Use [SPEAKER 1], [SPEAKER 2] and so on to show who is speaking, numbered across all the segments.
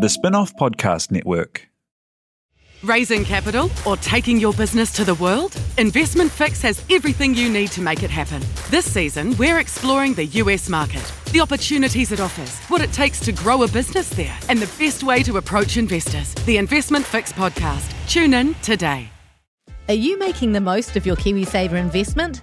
[SPEAKER 1] The Spinoff Podcast Network.
[SPEAKER 2] Raising capital or taking your business to the world? Investment Fix has everything you need to make it happen. This season, we're exploring the US market, the opportunities it offers, what it takes to grow a business there, and the best way to approach investors. The Investment Fix podcast. Tune in today.
[SPEAKER 3] Are you making the most of your KiwiSaver investment?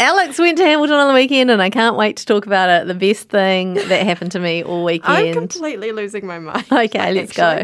[SPEAKER 3] Alex went to Hamilton on the weekend, and I can't wait to talk about it. The best thing that happened to me all
[SPEAKER 4] I'm
[SPEAKER 3] weekend.
[SPEAKER 4] completely losing my mind.
[SPEAKER 3] okay, let's go.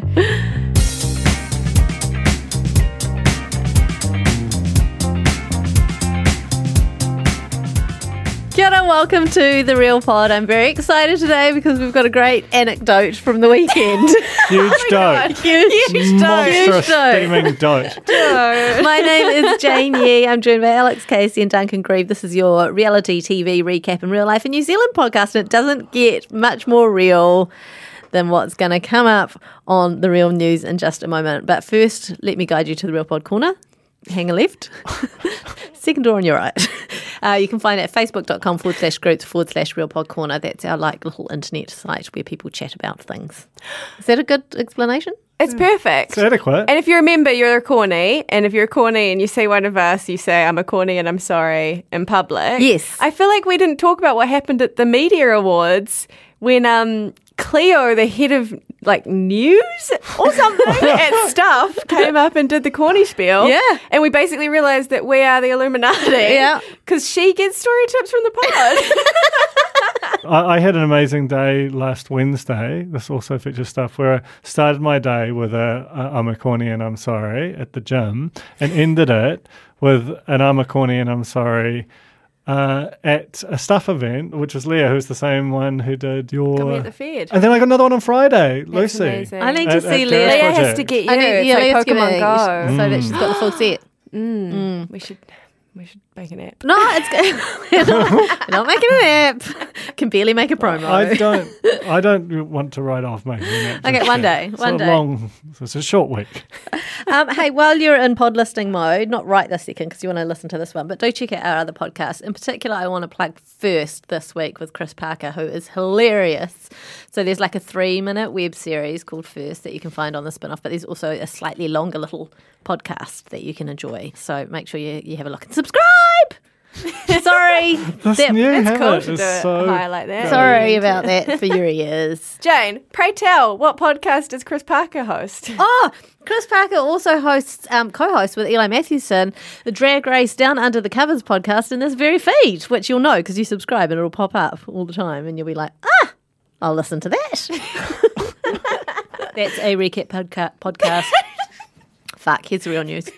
[SPEAKER 3] Kia ora, welcome to The Real Pod. I'm very excited today because we've got a great anecdote from the weekend.
[SPEAKER 5] Huge
[SPEAKER 4] God.
[SPEAKER 5] dote.
[SPEAKER 3] Huge
[SPEAKER 5] Monstrous
[SPEAKER 3] Huge dote.
[SPEAKER 5] steaming dote.
[SPEAKER 4] go.
[SPEAKER 3] My name is Jane Yee. I'm joined by Alex Casey and Duncan Grieve. This is your reality TV recap and real life in New Zealand podcast, and it doesn't get much more real than what's going to come up on the real news in just a moment. But first, let me guide you to the Real Pod Corner. Hang a left, second door on your right. Uh, you can find it at facebook.com forward slash groups forward slash real pod corner. That's our like little internet site where people chat about things. Is that a good explanation?
[SPEAKER 4] It's perfect.
[SPEAKER 5] It's adequate.
[SPEAKER 4] and if you remember, you're a corny, and if you're a corny and you see one of us, you say, I'm a corny and I'm sorry in public.
[SPEAKER 3] Yes.
[SPEAKER 4] I feel like we didn't talk about what happened at the Media Awards when um, Cleo, the head of like news or something at Stuff, came up and did the corny spiel.
[SPEAKER 3] Yeah.
[SPEAKER 4] And we basically realized that we are the Illuminati.
[SPEAKER 3] Yeah.
[SPEAKER 4] Because she gets story tips from the pod.
[SPEAKER 5] I, I had an amazing day last Wednesday. This also features stuff where I started my day with a, a I'm a corny and I'm sorry at the gym and ended it with an I'm a corny and I'm sorry uh, at a stuff event, which was Leah, who's the same one who did your.
[SPEAKER 4] me at the Fed.
[SPEAKER 5] And then I got another one on Friday, Lucy.
[SPEAKER 4] amazing.
[SPEAKER 3] I need
[SPEAKER 5] At-
[SPEAKER 3] to
[SPEAKER 5] at
[SPEAKER 3] see
[SPEAKER 5] Gareth
[SPEAKER 3] Leah.
[SPEAKER 4] Leah
[SPEAKER 5] Project.
[SPEAKER 4] has to get you.
[SPEAKER 3] I need yeah,
[SPEAKER 4] it's
[SPEAKER 3] let's
[SPEAKER 4] like
[SPEAKER 3] give
[SPEAKER 4] Pokemon
[SPEAKER 3] it-
[SPEAKER 4] Go.
[SPEAKER 3] so that she's got the full set.
[SPEAKER 4] We should we should make an app.
[SPEAKER 3] No, it's good. We're not, we're not making an app. Can barely make a promo.
[SPEAKER 5] I don't. I don't want to write off making it.
[SPEAKER 3] Okay, one day,
[SPEAKER 5] It's
[SPEAKER 3] one
[SPEAKER 5] not
[SPEAKER 3] day.
[SPEAKER 5] Long. It's a short week.
[SPEAKER 3] um, hey, while you're in pod listing mode, not right this second because you want to listen to this one, but do check out our other podcasts. In particular, I want to plug first this week with Chris Parker, who is hilarious. So there's like a three minute web series called First that you can find on the spin off, but there's also a slightly longer little podcast that you can enjoy. So make sure you, you have a look and subscribe. Sorry.
[SPEAKER 5] That's
[SPEAKER 3] That-
[SPEAKER 5] new. habit
[SPEAKER 4] cool to
[SPEAKER 5] is
[SPEAKER 4] do it
[SPEAKER 5] so
[SPEAKER 4] high like that.
[SPEAKER 3] Sorry about that for your ears.
[SPEAKER 4] Jane, pray tell, what podcast does Chris Parker host?
[SPEAKER 3] Oh, Chris Parker also hosts, um, co-hosts with Eli Mathewson, the Drag Race Down Under the Covers podcast in this very feed, which you'll know because you subscribe and it'll pop up all the time, and you'll be like, ah, I'll listen to that. That's a recap podca- podcast. Fuck, here's the real news.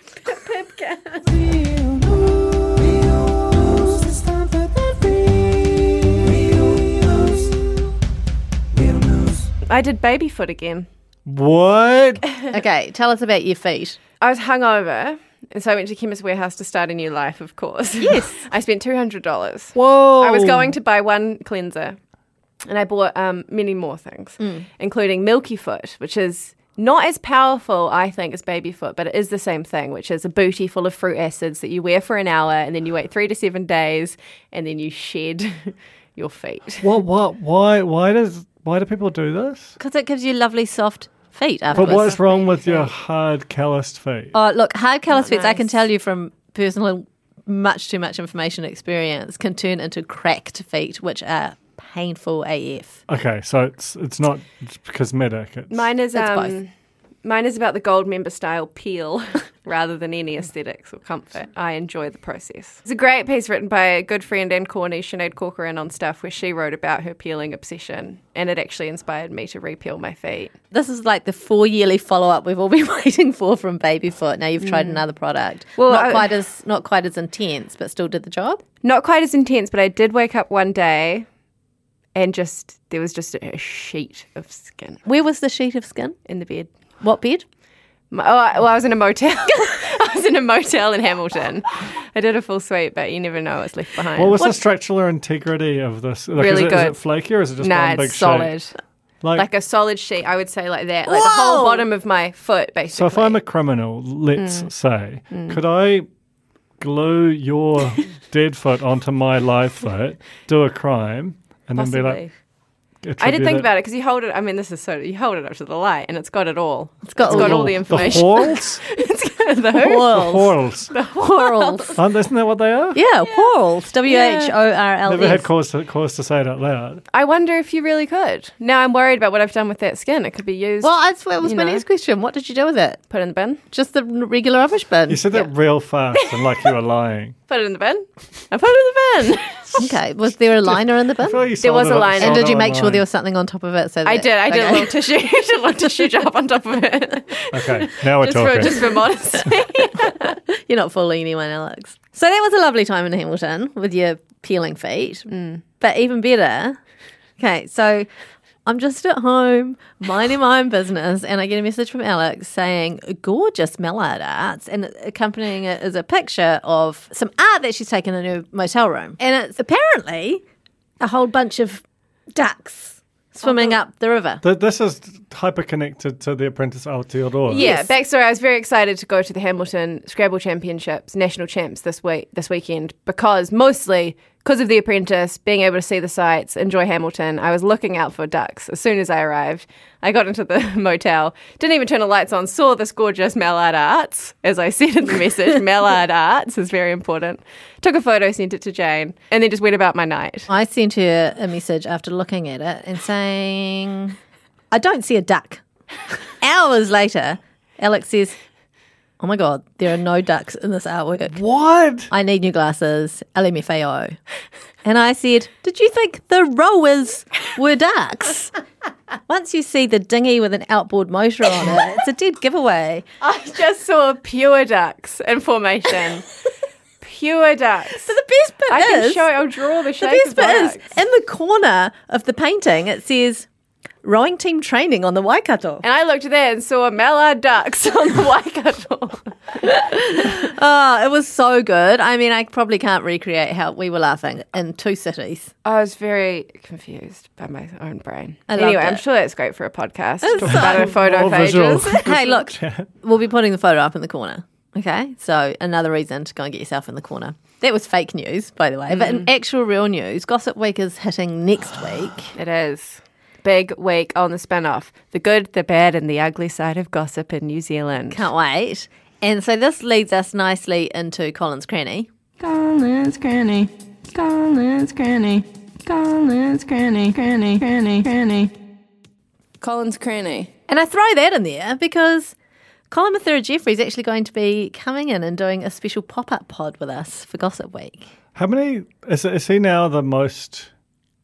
[SPEAKER 4] I did Babyfoot again.
[SPEAKER 5] What?
[SPEAKER 3] Okay, tell us about your feet.
[SPEAKER 4] I was hungover, and so I went to Chemist Warehouse to start a new life, of course. Yes. I spent $200.
[SPEAKER 5] Whoa!
[SPEAKER 4] I was going to buy one cleanser, and I bought um, many more things, including Milky Foot, which is not as powerful, I think, as Baby Foot, but it is the same thing, which is a booty full of fruit acids that you wear for an hour, and then you wait three to seven days, and then you shed your feet.
[SPEAKER 5] What? What? Why? Why does? Why do people do this?
[SPEAKER 3] Because it gives you lovely, soft feet
[SPEAKER 5] But
[SPEAKER 3] afterwards.
[SPEAKER 5] what's wrong with your hard, calloused feet?
[SPEAKER 3] Oh, look, hard callous feet, I can
[SPEAKER 4] nice.
[SPEAKER 3] tell you from personal, much too much information experience, can turn into cracked feet, which are painful AF.
[SPEAKER 5] Okay, so it's it's not cosmetic. It's,
[SPEAKER 4] Mine is
[SPEAKER 3] It's
[SPEAKER 4] um, mine is about the gold member style peel rather than any aesthetics or comfort. I enjoy the process. It's a great piece written by a good friend and corny Sinead Corcoran on stuff where she wrote about her peeling obsession, and it actually inspired me to repeel my feet.
[SPEAKER 3] This is like the four yearly follow up we've all been waiting for from Babyfoot. Now you've tried another product.
[SPEAKER 4] Mm. Well,
[SPEAKER 3] not
[SPEAKER 4] I-
[SPEAKER 3] quite as not quite as intense, but still did the job.
[SPEAKER 4] Not quite as intense, but I did wake up one day, and just there was just a sheet of skin
[SPEAKER 3] Where was the sheet of skin?
[SPEAKER 4] in the bed.
[SPEAKER 3] What bed?
[SPEAKER 4] My- Oh, I, well, I was in a motel. I was in a motel in Hamilton. I did a full sweep, but you never know what's left behind.
[SPEAKER 5] What was the structural integrity of this? Like,
[SPEAKER 4] Really
[SPEAKER 5] is it, is
[SPEAKER 4] good.
[SPEAKER 5] it flaky or is it just
[SPEAKER 4] nah,
[SPEAKER 5] one big
[SPEAKER 4] it's solid.
[SPEAKER 5] shape? Like,
[SPEAKER 4] Like a solid sheet, I would say like that, like the whole
[SPEAKER 3] Whoa!
[SPEAKER 4] bottom of my foot, basically. Mm.
[SPEAKER 5] so if I'm a criminal, let's say, could I glue your dead foot onto my live foot, do a crime, and
[SPEAKER 4] Possibly.
[SPEAKER 5] then be like,
[SPEAKER 4] I did think about it because you hold it. I mean, this is so you hold it up to the light, and it's got it all. It's
[SPEAKER 3] got all-
[SPEAKER 4] all the information.
[SPEAKER 5] The whorls?
[SPEAKER 4] It's got
[SPEAKER 5] the
[SPEAKER 4] the who?
[SPEAKER 3] Whorls.
[SPEAKER 5] whorls.
[SPEAKER 3] Whorls.
[SPEAKER 5] Aren't, isn't that what they are?
[SPEAKER 3] Yeah, whorls. W H O R L E
[SPEAKER 5] Never had
[SPEAKER 3] S.
[SPEAKER 5] cause to, cause to say it out loud.
[SPEAKER 4] I wonder if you really could. Now I'm worried about what I've done with that skin. It could be used.
[SPEAKER 3] Well, that's what was
[SPEAKER 4] You
[SPEAKER 3] my
[SPEAKER 4] know.
[SPEAKER 3] next question. What did you do with it?
[SPEAKER 4] put it in the bin.
[SPEAKER 3] Just the n- regular rubbish bin.
[SPEAKER 5] You said that real fast and like you were lying.
[SPEAKER 4] Put it in the bin. I put it in the bin.
[SPEAKER 3] Okay. Was there a liner in the bin?
[SPEAKER 5] I feel like you sold
[SPEAKER 4] was
[SPEAKER 5] it
[SPEAKER 4] a
[SPEAKER 5] on-
[SPEAKER 4] line.
[SPEAKER 5] sold
[SPEAKER 4] Oh,
[SPEAKER 3] And
[SPEAKER 5] it
[SPEAKER 3] did you
[SPEAKER 5] on
[SPEAKER 3] make sure
[SPEAKER 5] line.
[SPEAKER 3] there was something on top of it? So
[SPEAKER 4] I
[SPEAKER 3] that-
[SPEAKER 4] did. I did a
[SPEAKER 3] okay.
[SPEAKER 4] little tissue. did a little tissue job on top of it.
[SPEAKER 5] Okay, now we're
[SPEAKER 4] just
[SPEAKER 5] talking.
[SPEAKER 4] for just for modesty.
[SPEAKER 3] You're not fooling anyone, Alex. So that was a lovely time in Hamilton with your peeling feet.
[SPEAKER 4] Mm.
[SPEAKER 3] But even better, okay, so I'm just at home minding my own business and I get a message from Alex saying, gorgeous Millard arts. And accompanying it is a picture of some art that she's taken in her motel room. And it's apparently a whole bunch of ducks
[SPEAKER 4] Oh,
[SPEAKER 3] swimming up the river.
[SPEAKER 5] Th- this is hyper connected to the Apprentice Aotearoa.
[SPEAKER 4] Yeah, backstory. I was very excited to go to the Hamilton Scrabble Championships, national champs this week, this weekend, because mostly because of The Apprentice, being able to see the sights, enjoy Hamilton. I was looking out for ducks as soon as I arrived. I got into the motel, didn't even turn the lights on, saw this gorgeous Mallard Arts, as I said in the message. Mallard Arts is very important. Took a photo, sent it to Jane, and then just went about my night.
[SPEAKER 3] I sent her a message after looking at it and saying, I don't see a duck. Hours later, Alex says, Oh my God, there are no ducks in this artwork.
[SPEAKER 5] What?
[SPEAKER 3] I need new glasses. LMFAO. And I said, Did you think the rowers were ducks? Once you see the dinghy with an outboard motor on it, it's a dead giveaway.
[SPEAKER 4] I just saw pure ducks in formation. Pure ducks.
[SPEAKER 3] The best bit
[SPEAKER 4] I
[SPEAKER 3] is,
[SPEAKER 4] can show. I'll draw the
[SPEAKER 3] the
[SPEAKER 4] shape.
[SPEAKER 3] best
[SPEAKER 4] of
[SPEAKER 3] bit
[SPEAKER 4] that.
[SPEAKER 3] is, in the corner of the painting, it says, Rowing team training on the Waikato.
[SPEAKER 4] And I looked there and saw mallard ducks on the Waikato.
[SPEAKER 3] Oh, it was so good. I mean, I probably can't recreate how we were laughing in two cities.
[SPEAKER 4] I was very confused by my own brain.
[SPEAKER 3] I loved
[SPEAKER 4] anyway,
[SPEAKER 3] it.
[SPEAKER 4] I'm sure that's great for a podcast.
[SPEAKER 3] It's
[SPEAKER 4] Talk about
[SPEAKER 3] so-
[SPEAKER 4] a photo
[SPEAKER 5] All
[SPEAKER 4] for
[SPEAKER 5] visual.
[SPEAKER 4] ages.
[SPEAKER 3] hey, look, we'll be putting the photo up in the corner. Okay, so another reason to go and get yourself in the corner. That was fake news, by the way, but
[SPEAKER 4] Mm.
[SPEAKER 3] in actual real news, Gossip Week is hitting next week.
[SPEAKER 4] It is. Big week on the spin off. The good, the bad, and the ugly side of gossip in New Zealand.
[SPEAKER 3] Can't wait. And so this leads us nicely into Colin's Cranny.
[SPEAKER 6] Colin's Cranny. Colin's Cranny. Colin's Cranny. Cranny. Cranny. Cranny.
[SPEAKER 4] Colin's Cranny.
[SPEAKER 3] And I throw that in there because Colin Mathura Jeffrey is actually going to be coming in and doing a special pop up pod with us for Gossip Week.
[SPEAKER 5] How many? Is, is he now the most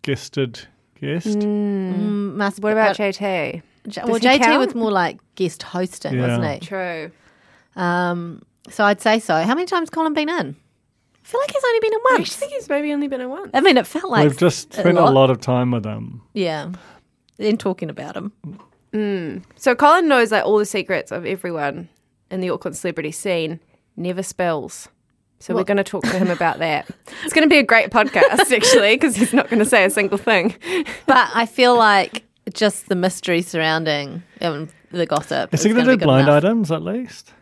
[SPEAKER 5] guested guest?
[SPEAKER 3] Mm, Must
[SPEAKER 4] What about JT?
[SPEAKER 3] J-
[SPEAKER 4] Does
[SPEAKER 3] well,
[SPEAKER 4] he
[SPEAKER 3] JT
[SPEAKER 4] count?
[SPEAKER 3] was more like guest hosting,
[SPEAKER 5] Yeah.
[SPEAKER 3] wasn't he?
[SPEAKER 4] True.
[SPEAKER 3] Um, so I'd say so. How many times Colin been in? I feel like he's only been in
[SPEAKER 4] I
[SPEAKER 3] once.
[SPEAKER 4] think he's maybe only been in one.
[SPEAKER 3] I mean, it felt like
[SPEAKER 5] We've just spent a lot. of time with him.
[SPEAKER 3] Yeah, in talking about him.
[SPEAKER 4] So Colin knows like all the secrets of everyone in the Auckland celebrity scene. Never spills. So we're going to talk to him about that. It's going to be a great podcast actually because he's not going to say a single thing.
[SPEAKER 3] But I feel like just the mystery surrounding um, the gossip.
[SPEAKER 5] Is he
[SPEAKER 3] going
[SPEAKER 5] going to do blind items at least?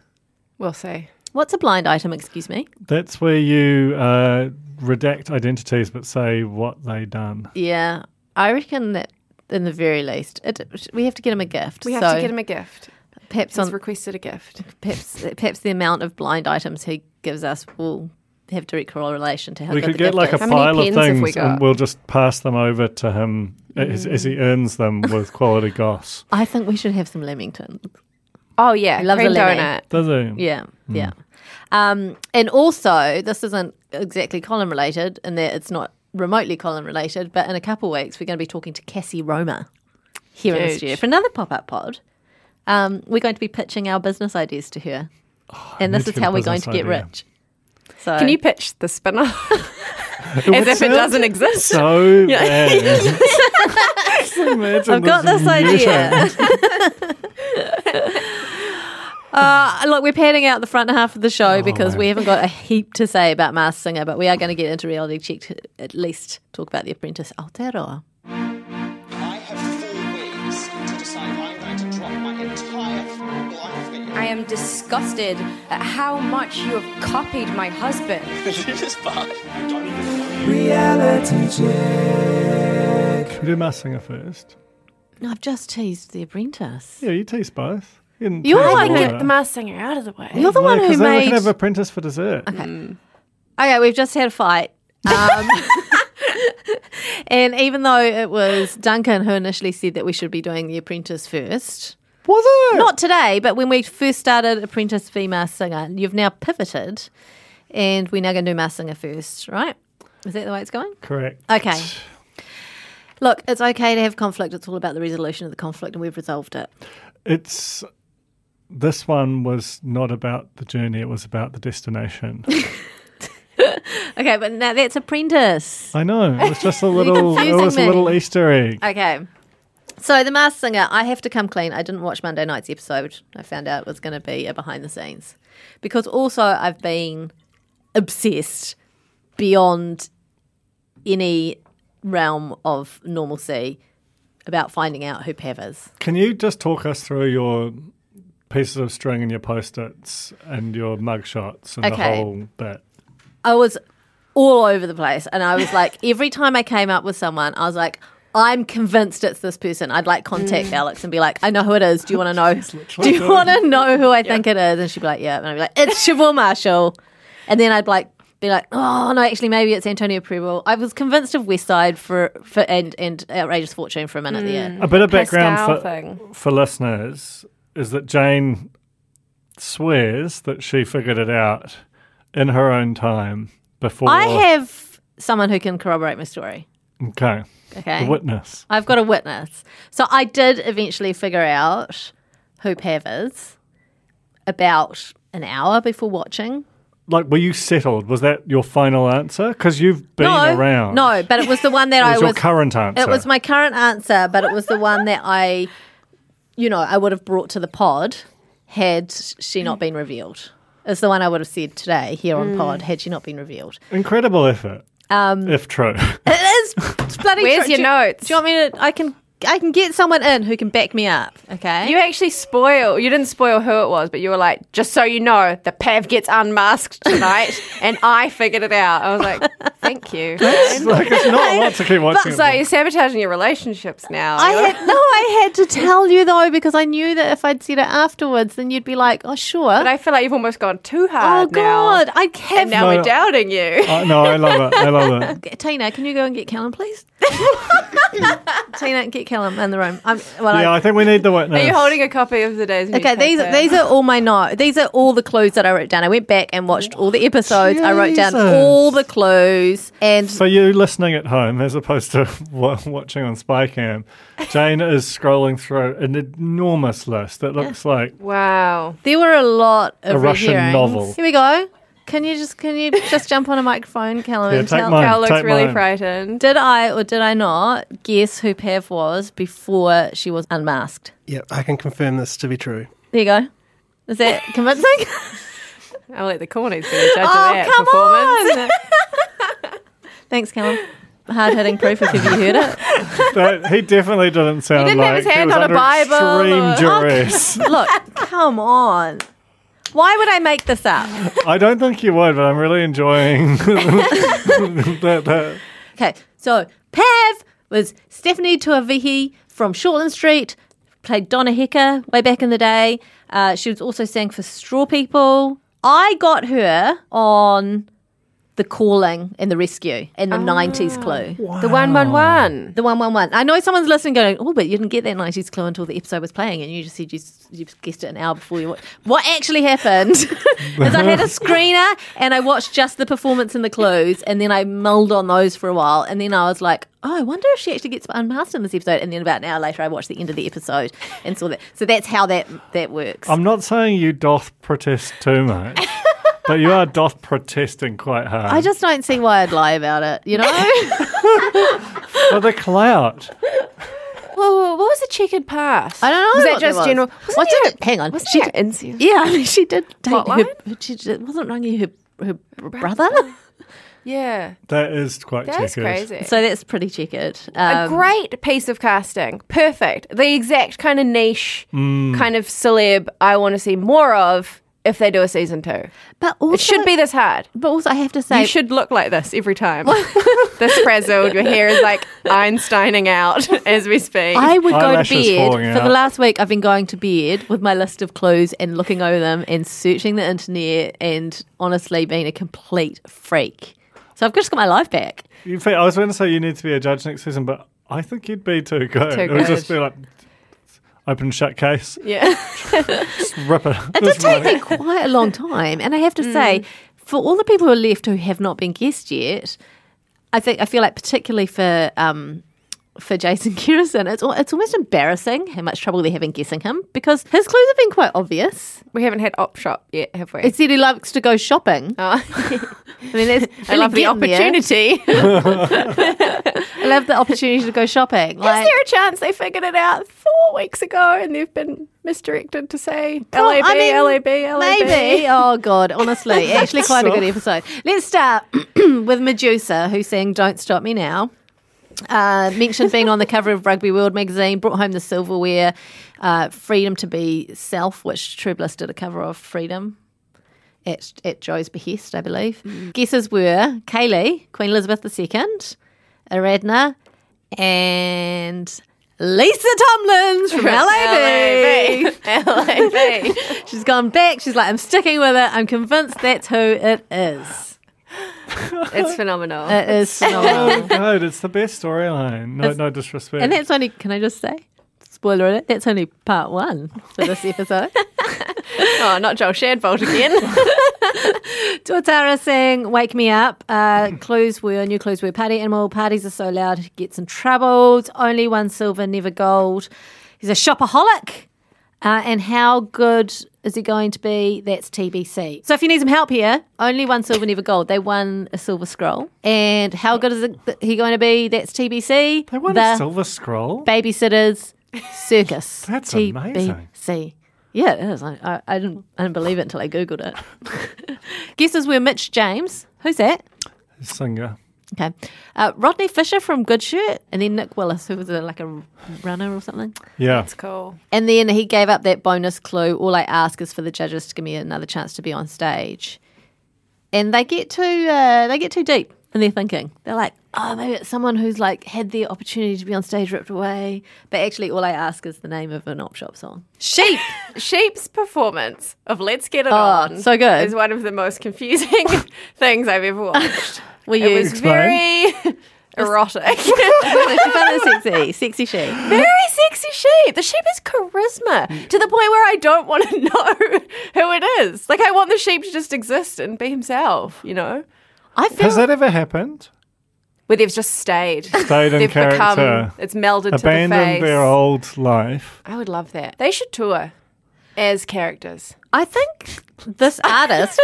[SPEAKER 4] We'll see.
[SPEAKER 3] What's a blind item? Excuse me.
[SPEAKER 5] That's where you uh, redact identities but say what they done.
[SPEAKER 3] Yeah, I reckon that. In the very least, it, we have to get him a gift.
[SPEAKER 4] We have
[SPEAKER 3] so
[SPEAKER 4] to get him a gift.
[SPEAKER 3] perhaps
[SPEAKER 4] He's
[SPEAKER 3] on
[SPEAKER 4] requested a gift.
[SPEAKER 3] perhaps perhaps the amount of blind items he gives us will have direct correlation to how
[SPEAKER 5] we
[SPEAKER 3] good
[SPEAKER 5] could
[SPEAKER 3] the
[SPEAKER 5] get
[SPEAKER 3] gift
[SPEAKER 5] like a
[SPEAKER 3] is.
[SPEAKER 4] How many
[SPEAKER 5] pile of
[SPEAKER 4] pins have we
[SPEAKER 5] things and
[SPEAKER 4] got?
[SPEAKER 5] we'll just pass them over to him as, as he earns them with quality goss.
[SPEAKER 3] I think we should have some Leamingtons.
[SPEAKER 4] Oh yeah,
[SPEAKER 3] loves
[SPEAKER 4] cream
[SPEAKER 3] a lemon.
[SPEAKER 4] donut.
[SPEAKER 5] Does he?
[SPEAKER 3] Yeah,
[SPEAKER 5] Hmm.
[SPEAKER 3] yeah. Um, and also, this isn't exactly Colin related, and that it's not remotely Colin related. But in a couple of weeks, we're going to be talking to Cassie Roma here in the
[SPEAKER 4] Huge.
[SPEAKER 3] studio for another pop up pod. Um, we're going to be pitching our business ideas to her, and
[SPEAKER 5] Oh, need
[SPEAKER 3] this
[SPEAKER 5] to
[SPEAKER 3] is
[SPEAKER 5] get a
[SPEAKER 3] how we're going to
[SPEAKER 5] business
[SPEAKER 3] get
[SPEAKER 5] idea.
[SPEAKER 3] rich. So
[SPEAKER 4] Can you pitch the spin-off
[SPEAKER 5] It
[SPEAKER 4] as
[SPEAKER 5] would
[SPEAKER 4] if it
[SPEAKER 5] sound
[SPEAKER 4] doesn't exist?
[SPEAKER 5] So bad. Just imagine
[SPEAKER 3] I've got this idea. Uh, look, we're padding out the front half of the
[SPEAKER 5] Oh,
[SPEAKER 3] show because we haven't got a heap to say about Masked Singer, but we are going to get into reality check to at least talk about The Apprentice Aotearoa.
[SPEAKER 7] I have four ways to decide I'm going to drop my entire life in.
[SPEAKER 8] I am disgusted at how much you have copied my husband.
[SPEAKER 7] This is bad. Don't even
[SPEAKER 5] Should we do Mass Singer first?
[SPEAKER 3] No, I've just teased The Apprentice.
[SPEAKER 5] Yeah, you tease both. You didn't
[SPEAKER 3] You're
[SPEAKER 5] tease
[SPEAKER 3] like
[SPEAKER 5] all
[SPEAKER 3] a-
[SPEAKER 5] of
[SPEAKER 4] Get
[SPEAKER 5] it.
[SPEAKER 4] the mass singer out of the way.
[SPEAKER 3] You're the one
[SPEAKER 5] Yeah,
[SPEAKER 3] who
[SPEAKER 5] 'cause then we
[SPEAKER 3] made.
[SPEAKER 5] can have Apprentice for dessert.
[SPEAKER 3] Okay, we've just had a fight. Um, and even though it was Duncan who initially said that we should be doing The Apprentice first,
[SPEAKER 5] Was it?
[SPEAKER 3] not today, but when we first started Apprentice v Masked Singer, you've now pivoted and we're now going to do Masked Singer first, right? Is that the way it's going?
[SPEAKER 5] correct.
[SPEAKER 3] Okay. Look, it's okay to have conflict. It's all about the resolution of the conflict and we've resolved it.
[SPEAKER 5] It's this one was not about the journey; it was about the destination.
[SPEAKER 3] Okay, but now that's Apprentice.
[SPEAKER 5] I know. It was just a little. it
[SPEAKER 3] confusing
[SPEAKER 5] was
[SPEAKER 3] me.
[SPEAKER 5] a little Easter egg.
[SPEAKER 3] Okay. So the Masked Singer, I have to come clean. I didn't watch Monday night's episode. I found out it was going to be a behind the scenes because also I've been obsessed beyond any realm of normalcy about finding out who Pav is.
[SPEAKER 5] Can you just talk us through your pieces of string and your post-its and your mug shots and
[SPEAKER 3] Okay.
[SPEAKER 5] the whole bit?
[SPEAKER 3] I was all over the place. And I was like, every time I came up with someone, I was like, I'm convinced it's this person. I'd like contact Alex and be like, I know who it is. Do you want to know? Do you want to know who I think it is? And she'd be like, Yeah. And I'd be like, It's Siobhan Marshall. And then I'd like be like, Oh no, actually maybe it's Antonio Preble. I was convinced of Westside for for and and outrageous fortune for a minute there.
[SPEAKER 5] A bit of
[SPEAKER 4] Pascal
[SPEAKER 5] background
[SPEAKER 4] thing.
[SPEAKER 5] for, for listeners is that Jane swears that she figured it out in her own time before.
[SPEAKER 3] I have someone who can corroborate my story.
[SPEAKER 5] okay,
[SPEAKER 3] Okay.
[SPEAKER 5] the witness.
[SPEAKER 3] I've got a witness. So I did eventually figure out who Pav is about an hour before watching.
[SPEAKER 5] Like, were you settled? Was that your final answer? Because you've been
[SPEAKER 3] no,
[SPEAKER 5] around.
[SPEAKER 3] no, but it was the one that
[SPEAKER 5] It
[SPEAKER 3] I
[SPEAKER 5] was your
[SPEAKER 3] was.
[SPEAKER 5] current answer.
[SPEAKER 3] It was my current answer, but it was the one that I, you know, I would have brought to the pod had she not been revealed. It's the one I would have said today here on pod had she not been revealed.
[SPEAKER 5] incredible effort. Um, if true,
[SPEAKER 3] It is bloody.
[SPEAKER 4] Where's
[SPEAKER 3] true.
[SPEAKER 4] your
[SPEAKER 3] Do you-
[SPEAKER 4] notes?
[SPEAKER 3] Do you want me to? I can. I can get someone in who can back me up. Okay.
[SPEAKER 4] You actually spoil. You didn't spoil who it was, but you were like, just so you know, the Pav gets unmasked tonight, and I figured it out. I was like, thank you.
[SPEAKER 5] it's like it's not a lot to keep watching. it
[SPEAKER 4] so
[SPEAKER 5] for.
[SPEAKER 4] you're sabotaging your relationships now.
[SPEAKER 3] I
[SPEAKER 4] You're like,
[SPEAKER 3] had no, I had to tell you though because I knew that if I'd said it afterwards, then you'd be like, "Oh, sure."
[SPEAKER 4] but I feel like you've almost gone too
[SPEAKER 3] oh
[SPEAKER 4] hard. now.
[SPEAKER 3] God, I have
[SPEAKER 4] And now
[SPEAKER 5] No,
[SPEAKER 4] we're
[SPEAKER 5] no.
[SPEAKER 4] doubting you.
[SPEAKER 5] Uh, no, I love it. I love it.
[SPEAKER 3] Tina, can you go and get Callum, please? Tina, get Callum in the room. I'm, well,
[SPEAKER 5] Yeah,
[SPEAKER 3] I,
[SPEAKER 5] I think we need the witness.
[SPEAKER 4] Are you holding a copy of the days?
[SPEAKER 3] okay, these
[SPEAKER 4] newspaper?
[SPEAKER 3] these are all my notes. These are all the clues that I wrote down. I went back and watched all the episodes. I wrote down
[SPEAKER 5] Jesus.
[SPEAKER 3] all the clues, and
[SPEAKER 5] So you listening at home, as opposed to wa- watching on Spycam, Jane is scrolling through an enormous list that looks like
[SPEAKER 4] Wow.
[SPEAKER 3] there were a lot of
[SPEAKER 5] A Russian
[SPEAKER 3] red herrings.
[SPEAKER 5] novel.
[SPEAKER 3] Here we go. Can you just can you just jump on a microphone, Callum?
[SPEAKER 5] Yeah,
[SPEAKER 3] and
[SPEAKER 5] take
[SPEAKER 3] tell-
[SPEAKER 5] mine.
[SPEAKER 4] Cal looks
[SPEAKER 5] take
[SPEAKER 4] really
[SPEAKER 5] mine.
[SPEAKER 4] frightened.
[SPEAKER 3] Did I or did I not guess who Pav was before she was unmasked?
[SPEAKER 9] Yep, I can confirm this to be true.
[SPEAKER 3] There you go. Is that convincing?
[SPEAKER 4] I'll let the cornies be the judge of
[SPEAKER 3] Oh,
[SPEAKER 4] that
[SPEAKER 3] come
[SPEAKER 4] performance.
[SPEAKER 3] Thanks, Callum. Hard hitting proof if you've heard it.
[SPEAKER 5] that, he definitely didn't sound
[SPEAKER 4] didn't
[SPEAKER 5] like
[SPEAKER 4] have his
[SPEAKER 5] he
[SPEAKER 4] hand
[SPEAKER 5] was
[SPEAKER 4] on a
[SPEAKER 5] under
[SPEAKER 4] Bible Oh. or-
[SPEAKER 5] Extreme duress.
[SPEAKER 3] Look, come on. Why would I make this up?
[SPEAKER 5] I don't think you would, but I'm really enjoying that. that.
[SPEAKER 3] Okay, so Pav was Stephanie Tuavihi from Shortland Street, played Donna Hecker way back in the day. Uh, she was also sang for Straw People. I got her on The Calling and The Rescue and the 90s clue.
[SPEAKER 4] The one one one.
[SPEAKER 3] The one one one. I know someone's listening, going, "Oh, but you didn't get that nineties clue until the episode was playing, and you just said you, s- you guessed it an hour before you watched." What actually happened is I had a screener and I watched just the performance and the clues, and then I mulled on those for a while, and then I was like, "Oh, I wonder if she actually gets unmasked in this episode." And then about an hour later, I watched the end of the episode and saw that. So that's how that that works.
[SPEAKER 5] I'm not saying you doth protest too much, but you are doth protesting quite hard.
[SPEAKER 3] I just don't see why I'd lie about it, you know.
[SPEAKER 5] for the clout.
[SPEAKER 4] whoa, whoa, what was the checkered past?
[SPEAKER 3] I don't know.
[SPEAKER 4] Was that
[SPEAKER 3] what there
[SPEAKER 4] just general? wasn't
[SPEAKER 3] What's
[SPEAKER 4] there-
[SPEAKER 3] it? Hang on.
[SPEAKER 4] Wasn't
[SPEAKER 3] She
[SPEAKER 4] there
[SPEAKER 3] did-
[SPEAKER 4] incident?
[SPEAKER 3] yeah, I mean, she did date her.
[SPEAKER 4] Plotline?
[SPEAKER 3] She did, wasn't Rangi her her brother?
[SPEAKER 4] Yeah,
[SPEAKER 5] That is quite
[SPEAKER 4] that's
[SPEAKER 5] checkered.
[SPEAKER 4] crazy.
[SPEAKER 3] so that's pretty checkered.
[SPEAKER 4] a
[SPEAKER 3] Um,
[SPEAKER 4] great piece of casting. Perfect. The exact kind of niche, kind of celeb I want to see more of if they do a season two.
[SPEAKER 3] but also,
[SPEAKER 4] it should be this hard.
[SPEAKER 3] But also, I have to say,
[SPEAKER 4] You should look like this every time. this frazzled. Your hair is like Einsteining out as we speak.
[SPEAKER 3] I would go to
[SPEAKER 5] Eyelashes falling
[SPEAKER 3] bed for the
[SPEAKER 5] out.
[SPEAKER 3] last week. I've been going to bed with my list of clues and looking over them and searching the internet and honestly being a complete freak. So I've just got my life back.
[SPEAKER 5] In fact, I was going to say you need to be a judge next season, but I think you'd be too good.
[SPEAKER 4] Too
[SPEAKER 5] it would just
[SPEAKER 4] good.
[SPEAKER 5] be like open shut case,
[SPEAKER 4] yeah.
[SPEAKER 5] just rip it.
[SPEAKER 3] It did take me quite a long time, and I have to say,
[SPEAKER 4] Mm.
[SPEAKER 3] for all the people who are left who have not been guessed yet, I think I feel like particularly for um, for Jason Kerrison, it's al- it's almost embarrassing how much trouble they're having guessing him because his clues have been quite obvious.
[SPEAKER 4] We haven't had op shop yet, have we?
[SPEAKER 3] It said he likes to go shopping. I mean, that's
[SPEAKER 4] Oh. I
[SPEAKER 3] really
[SPEAKER 4] love the
[SPEAKER 3] getting there.
[SPEAKER 4] opportunity.
[SPEAKER 3] I love the opportunity to go shopping.
[SPEAKER 4] Is
[SPEAKER 3] Like,
[SPEAKER 4] there a chance they figured it out four weeks ago and they've been misdirected to say
[SPEAKER 3] Well,
[SPEAKER 4] LAB,
[SPEAKER 3] I mean,
[SPEAKER 4] LAB, LAB?
[SPEAKER 3] Maybe. Oh God, honestly, actually quite a good episode. Let's start with Medusa, who sang "Don't Stop Me Now." Uh, mentioned being on the cover of Rugby World magazine, brought home the silverware, uh, "Freedom to Be Self," which True Bliss did a cover of "Freedom." At, at Joe's behest, I believe. Guesses were Kaylee, Queen Elizabeth II, Aradna, and Lisa Tomlins from LAB.
[SPEAKER 4] LAB.
[SPEAKER 3] She's gone back. She's like, I'm sticking with it. I'm convinced that's who it is.
[SPEAKER 4] it's phenomenal.
[SPEAKER 3] It is phenomenal.
[SPEAKER 5] Oh God, it's the best storyline. No, no disrespect.
[SPEAKER 3] and that's only, can I just say, spoiler alert, that's only part one for this episode.
[SPEAKER 4] oh, not Joel Shadbolt again.
[SPEAKER 3] Tuatara sang Wake Me Up. Uh, clues were, new clues were party animal. Parties are so loud, he gets in trouble. It's only one silver, never gold. He's a shopaholic. Uh, and how good is he going to be? That's TBC. So if you need some help here, only one silver, never gold. They won a silver scroll. And how good is it- he going to be? That's TBC.
[SPEAKER 5] they won a
[SPEAKER 3] the
[SPEAKER 5] silver scroll.
[SPEAKER 3] Babysitters Circus.
[SPEAKER 5] That's
[SPEAKER 3] TBC.
[SPEAKER 5] amazing.
[SPEAKER 3] Yeah, it is. I, I, I didn't I didn't believe it until I googled it. Guesses were Mitch James. Who's that?
[SPEAKER 5] Singer.
[SPEAKER 3] Okay, uh, Rodney Fisher from Good Shirt, and then Nick Willis, who was a, like a runner or something.
[SPEAKER 5] Yeah.
[SPEAKER 4] cool.
[SPEAKER 3] And then he gave up that bonus clue. All I ask is for the judges to give me another chance to be on stage. And they get too uh, they get too deep in their thinking. They're like, oh, maybe it's someone who's like had their opportunity to be on stage ripped away. But actually, all I ask is the name of an op shop song.
[SPEAKER 4] Sheep. Sheep's performance of Let's Get It On.
[SPEAKER 3] so good.
[SPEAKER 4] Is one of the most confusing things I've ever watched.
[SPEAKER 3] Were you
[SPEAKER 4] it was
[SPEAKER 5] Explain.
[SPEAKER 4] very erotic.
[SPEAKER 3] she found it sexy, sexy she.
[SPEAKER 4] very sexy sheep. The sheep is charisma to the point where I don't want to know who it is. Like I want the sheep to just exist and be himself, you know.
[SPEAKER 3] I feel
[SPEAKER 5] Has that ever happened?
[SPEAKER 4] Where they've just stayed.
[SPEAKER 5] Stayed in
[SPEAKER 4] They've
[SPEAKER 5] character.
[SPEAKER 4] become it's melded to the face.
[SPEAKER 5] Abandoned their old life.
[SPEAKER 4] I would love that. They should tour as characters.
[SPEAKER 3] I think this artist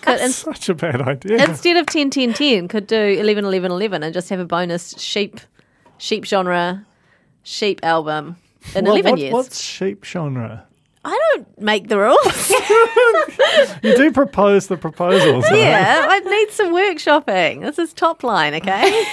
[SPEAKER 3] could ins-
[SPEAKER 5] Such a bad idea.
[SPEAKER 3] instead of 10 10 10 could do 11 11 11 and just have a bonus sheep sheep genre sheep album in
[SPEAKER 5] Well,
[SPEAKER 3] 11
[SPEAKER 5] what-
[SPEAKER 3] years.
[SPEAKER 5] What's sheep genre?
[SPEAKER 3] I don't make the rules.
[SPEAKER 5] You do propose the proposals. though.
[SPEAKER 3] yeah, I need some workshopping. This is top line, okay?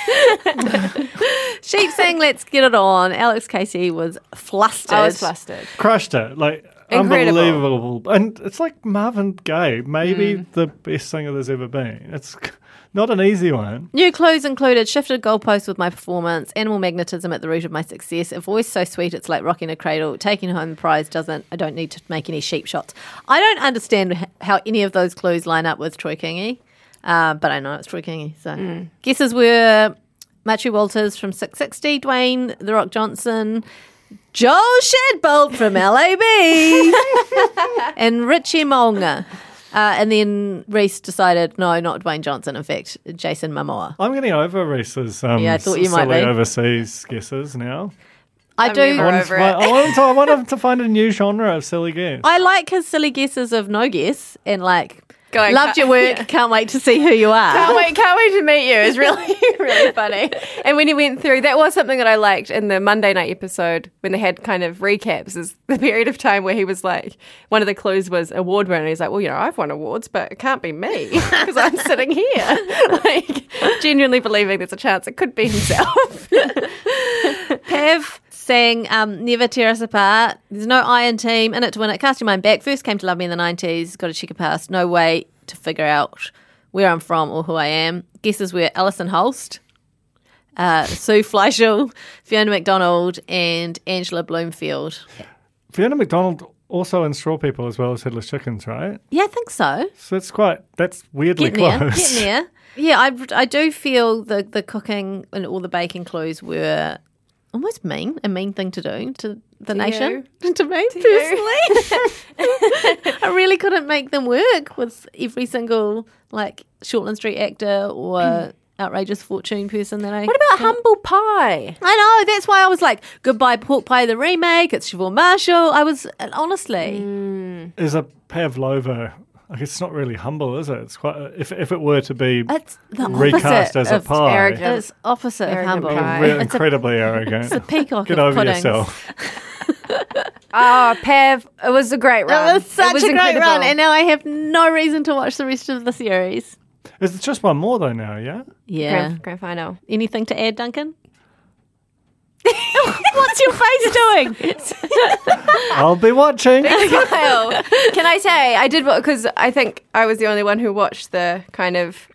[SPEAKER 3] sheep sang let's get it on. Alex Casey was flustered.
[SPEAKER 4] I was flustered.
[SPEAKER 5] crushed it. Like
[SPEAKER 4] Incredible.
[SPEAKER 5] unbelievable. And it's like Marvin Gaye, maybe
[SPEAKER 3] Hmm.
[SPEAKER 5] the best singer there's ever been. It's c- not an easy one.
[SPEAKER 3] New clues included shifted goalposts with my performance, animal magnetism at the root of my success, a voice so sweet it's like rocking a cradle, taking home the prize doesn't, I don't need to make any sheep shots. I don't understand h- how any of those clues line up with Troy Kingy, uh, but I know it's Troy Kingy. So guesses were Matthew Walters from 660, Dwayne The Rock Johnson, Joel Shadbolt from LAB and Richie Molnar. Uh, and then Reese decided, no, not Dwayne Johnson. In fact, Jason Momoa.
[SPEAKER 5] I'm getting over Reese's um,
[SPEAKER 3] Yeah, I thought
[SPEAKER 5] s-
[SPEAKER 3] you might
[SPEAKER 5] silly
[SPEAKER 3] be.
[SPEAKER 5] overseas guesses now.
[SPEAKER 3] I do.
[SPEAKER 4] never
[SPEAKER 5] I
[SPEAKER 4] We're
[SPEAKER 5] want, to,
[SPEAKER 4] over
[SPEAKER 5] fi-
[SPEAKER 4] it.
[SPEAKER 5] I, want to, I want him to find a new genre of silly guess.
[SPEAKER 3] I like his silly guesses of no guess and like
[SPEAKER 4] Going,
[SPEAKER 3] Loved your
[SPEAKER 4] work.
[SPEAKER 3] work. Can't wait to see who you are.
[SPEAKER 4] Can't wait, can't wait to meet you. It's really, really funny. And when you went through, that was something that I liked in the Monday night episode when they had kind of recaps. Is the period of time where he was like, one of the clues was award winner. He's like, well, you know, I've won awards, but it can't be me because I'm sitting here, like genuinely believing there's a chance it could be himself.
[SPEAKER 3] Have sang um, Never Tear Us Apart. There's no Iron Team in it to win it. Cast your mind back. First came to love me in the 90s. Got a chicken past. No way to figure out where I'm from or who I am. Guesses were Alison Holst, uh, Sue Fleischel, Fiona McDonald, and Angela Bloomfield.
[SPEAKER 5] Fiona McDonald also in Straw People as well as Headless Chickens, right?
[SPEAKER 3] Yeah, I think so.
[SPEAKER 5] So that's quite that's weirdly
[SPEAKER 3] Getting there.
[SPEAKER 5] close.
[SPEAKER 3] Getting there. Yeah, I, I do feel the, the cooking and all the baking clues were almost mean, a mean thing to do to the nation. to me, personally. I really couldn't make them work with every single, like, Shortland Street actor or outrageous fortune person that I.
[SPEAKER 4] Mm. What about humble pie?
[SPEAKER 3] I know, that's why I was like, goodbye, Pork Pie, the remake. It's Siobhan Marshall. I was, and honestly.
[SPEAKER 4] Mm.
[SPEAKER 5] Is a pavlova. Like it's not really humble, is it? It's quite if if it were to be
[SPEAKER 3] It's the opposite
[SPEAKER 5] recast as a
[SPEAKER 3] of
[SPEAKER 5] pie,
[SPEAKER 4] arrogant.
[SPEAKER 3] It's opposite of
[SPEAKER 4] Arrogant
[SPEAKER 3] humble.
[SPEAKER 4] pie.
[SPEAKER 5] we're
[SPEAKER 3] It's a
[SPEAKER 5] incredibly arrogant.
[SPEAKER 3] It's the peacock
[SPEAKER 5] Get
[SPEAKER 3] of
[SPEAKER 5] over
[SPEAKER 3] puddings.
[SPEAKER 5] yourself.
[SPEAKER 4] Oh, Pav, it was a great
[SPEAKER 3] It
[SPEAKER 4] run.
[SPEAKER 3] was such a great run,
[SPEAKER 4] incredible.
[SPEAKER 3] and now I have no reason to watch the rest of the series.
[SPEAKER 5] It's just one more though now, yeah.
[SPEAKER 3] Yeah.
[SPEAKER 4] grand, grand final.
[SPEAKER 3] Anything to add, Duncan? What's your face doing?
[SPEAKER 5] I'll be watching.
[SPEAKER 4] Kyle, can I say I did what because I think I was the only one who watched the kind of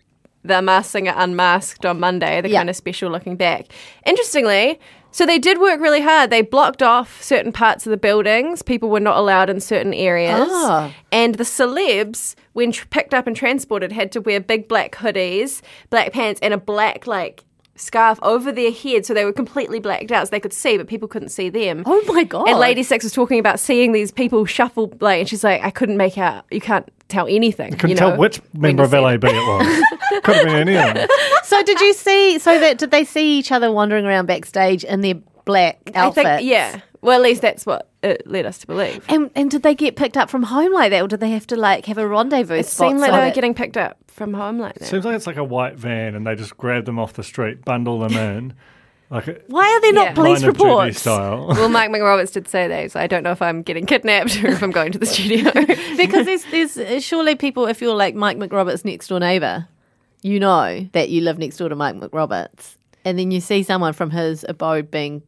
[SPEAKER 4] the Masked Singer Unmasked on Monday, the
[SPEAKER 3] Yeah.
[SPEAKER 4] kind of special looking back. Interestingly, so they did work really hard. They blocked off certain parts of the buildings. People were not allowed in certain areas,
[SPEAKER 3] Ah.
[SPEAKER 4] and the celebs, when tr- picked up and transported, had to wear big black hoodies, black pants, and a black like. Scarf over their head, so they were completely blacked out, so they could see, but people couldn't see them.
[SPEAKER 3] oh my god!
[SPEAKER 4] And Lady Six was talking about seeing these people shuffle, like, and she's like, I couldn't make out. You can't tell anything.
[SPEAKER 5] Couldn't
[SPEAKER 4] you know,
[SPEAKER 5] tell which
[SPEAKER 4] when
[SPEAKER 5] member
[SPEAKER 4] you
[SPEAKER 5] of
[SPEAKER 4] see
[SPEAKER 5] LAB it was. Could have been any of them.
[SPEAKER 3] So did you see? So that did they see each other wandering around backstage in their black
[SPEAKER 4] I
[SPEAKER 3] outfits?
[SPEAKER 4] think, yeah. Well, at least that's what it led us to believe.
[SPEAKER 3] And, and did they get picked up from home like that, or did they have to like have a rendezvous?
[SPEAKER 4] It
[SPEAKER 3] spot
[SPEAKER 4] seemed like
[SPEAKER 3] so
[SPEAKER 4] they were
[SPEAKER 3] that-
[SPEAKER 4] getting picked up from home like that.
[SPEAKER 5] Seems like it's like a white van, and they just grab them off the street, bundle them in, like a
[SPEAKER 3] Why are there not
[SPEAKER 4] Yeah.
[SPEAKER 3] police
[SPEAKER 5] line of duty
[SPEAKER 3] reports?
[SPEAKER 5] style.
[SPEAKER 4] well, Mike McRoberts did say that. So I don't know if I'm getting kidnapped or if I'm going to the studio.
[SPEAKER 3] because there's there's uh, surely people if you're like Mike McRoberts' next door neighbour, you know that you live next door to Mike McRoberts, and then you see someone from his abode being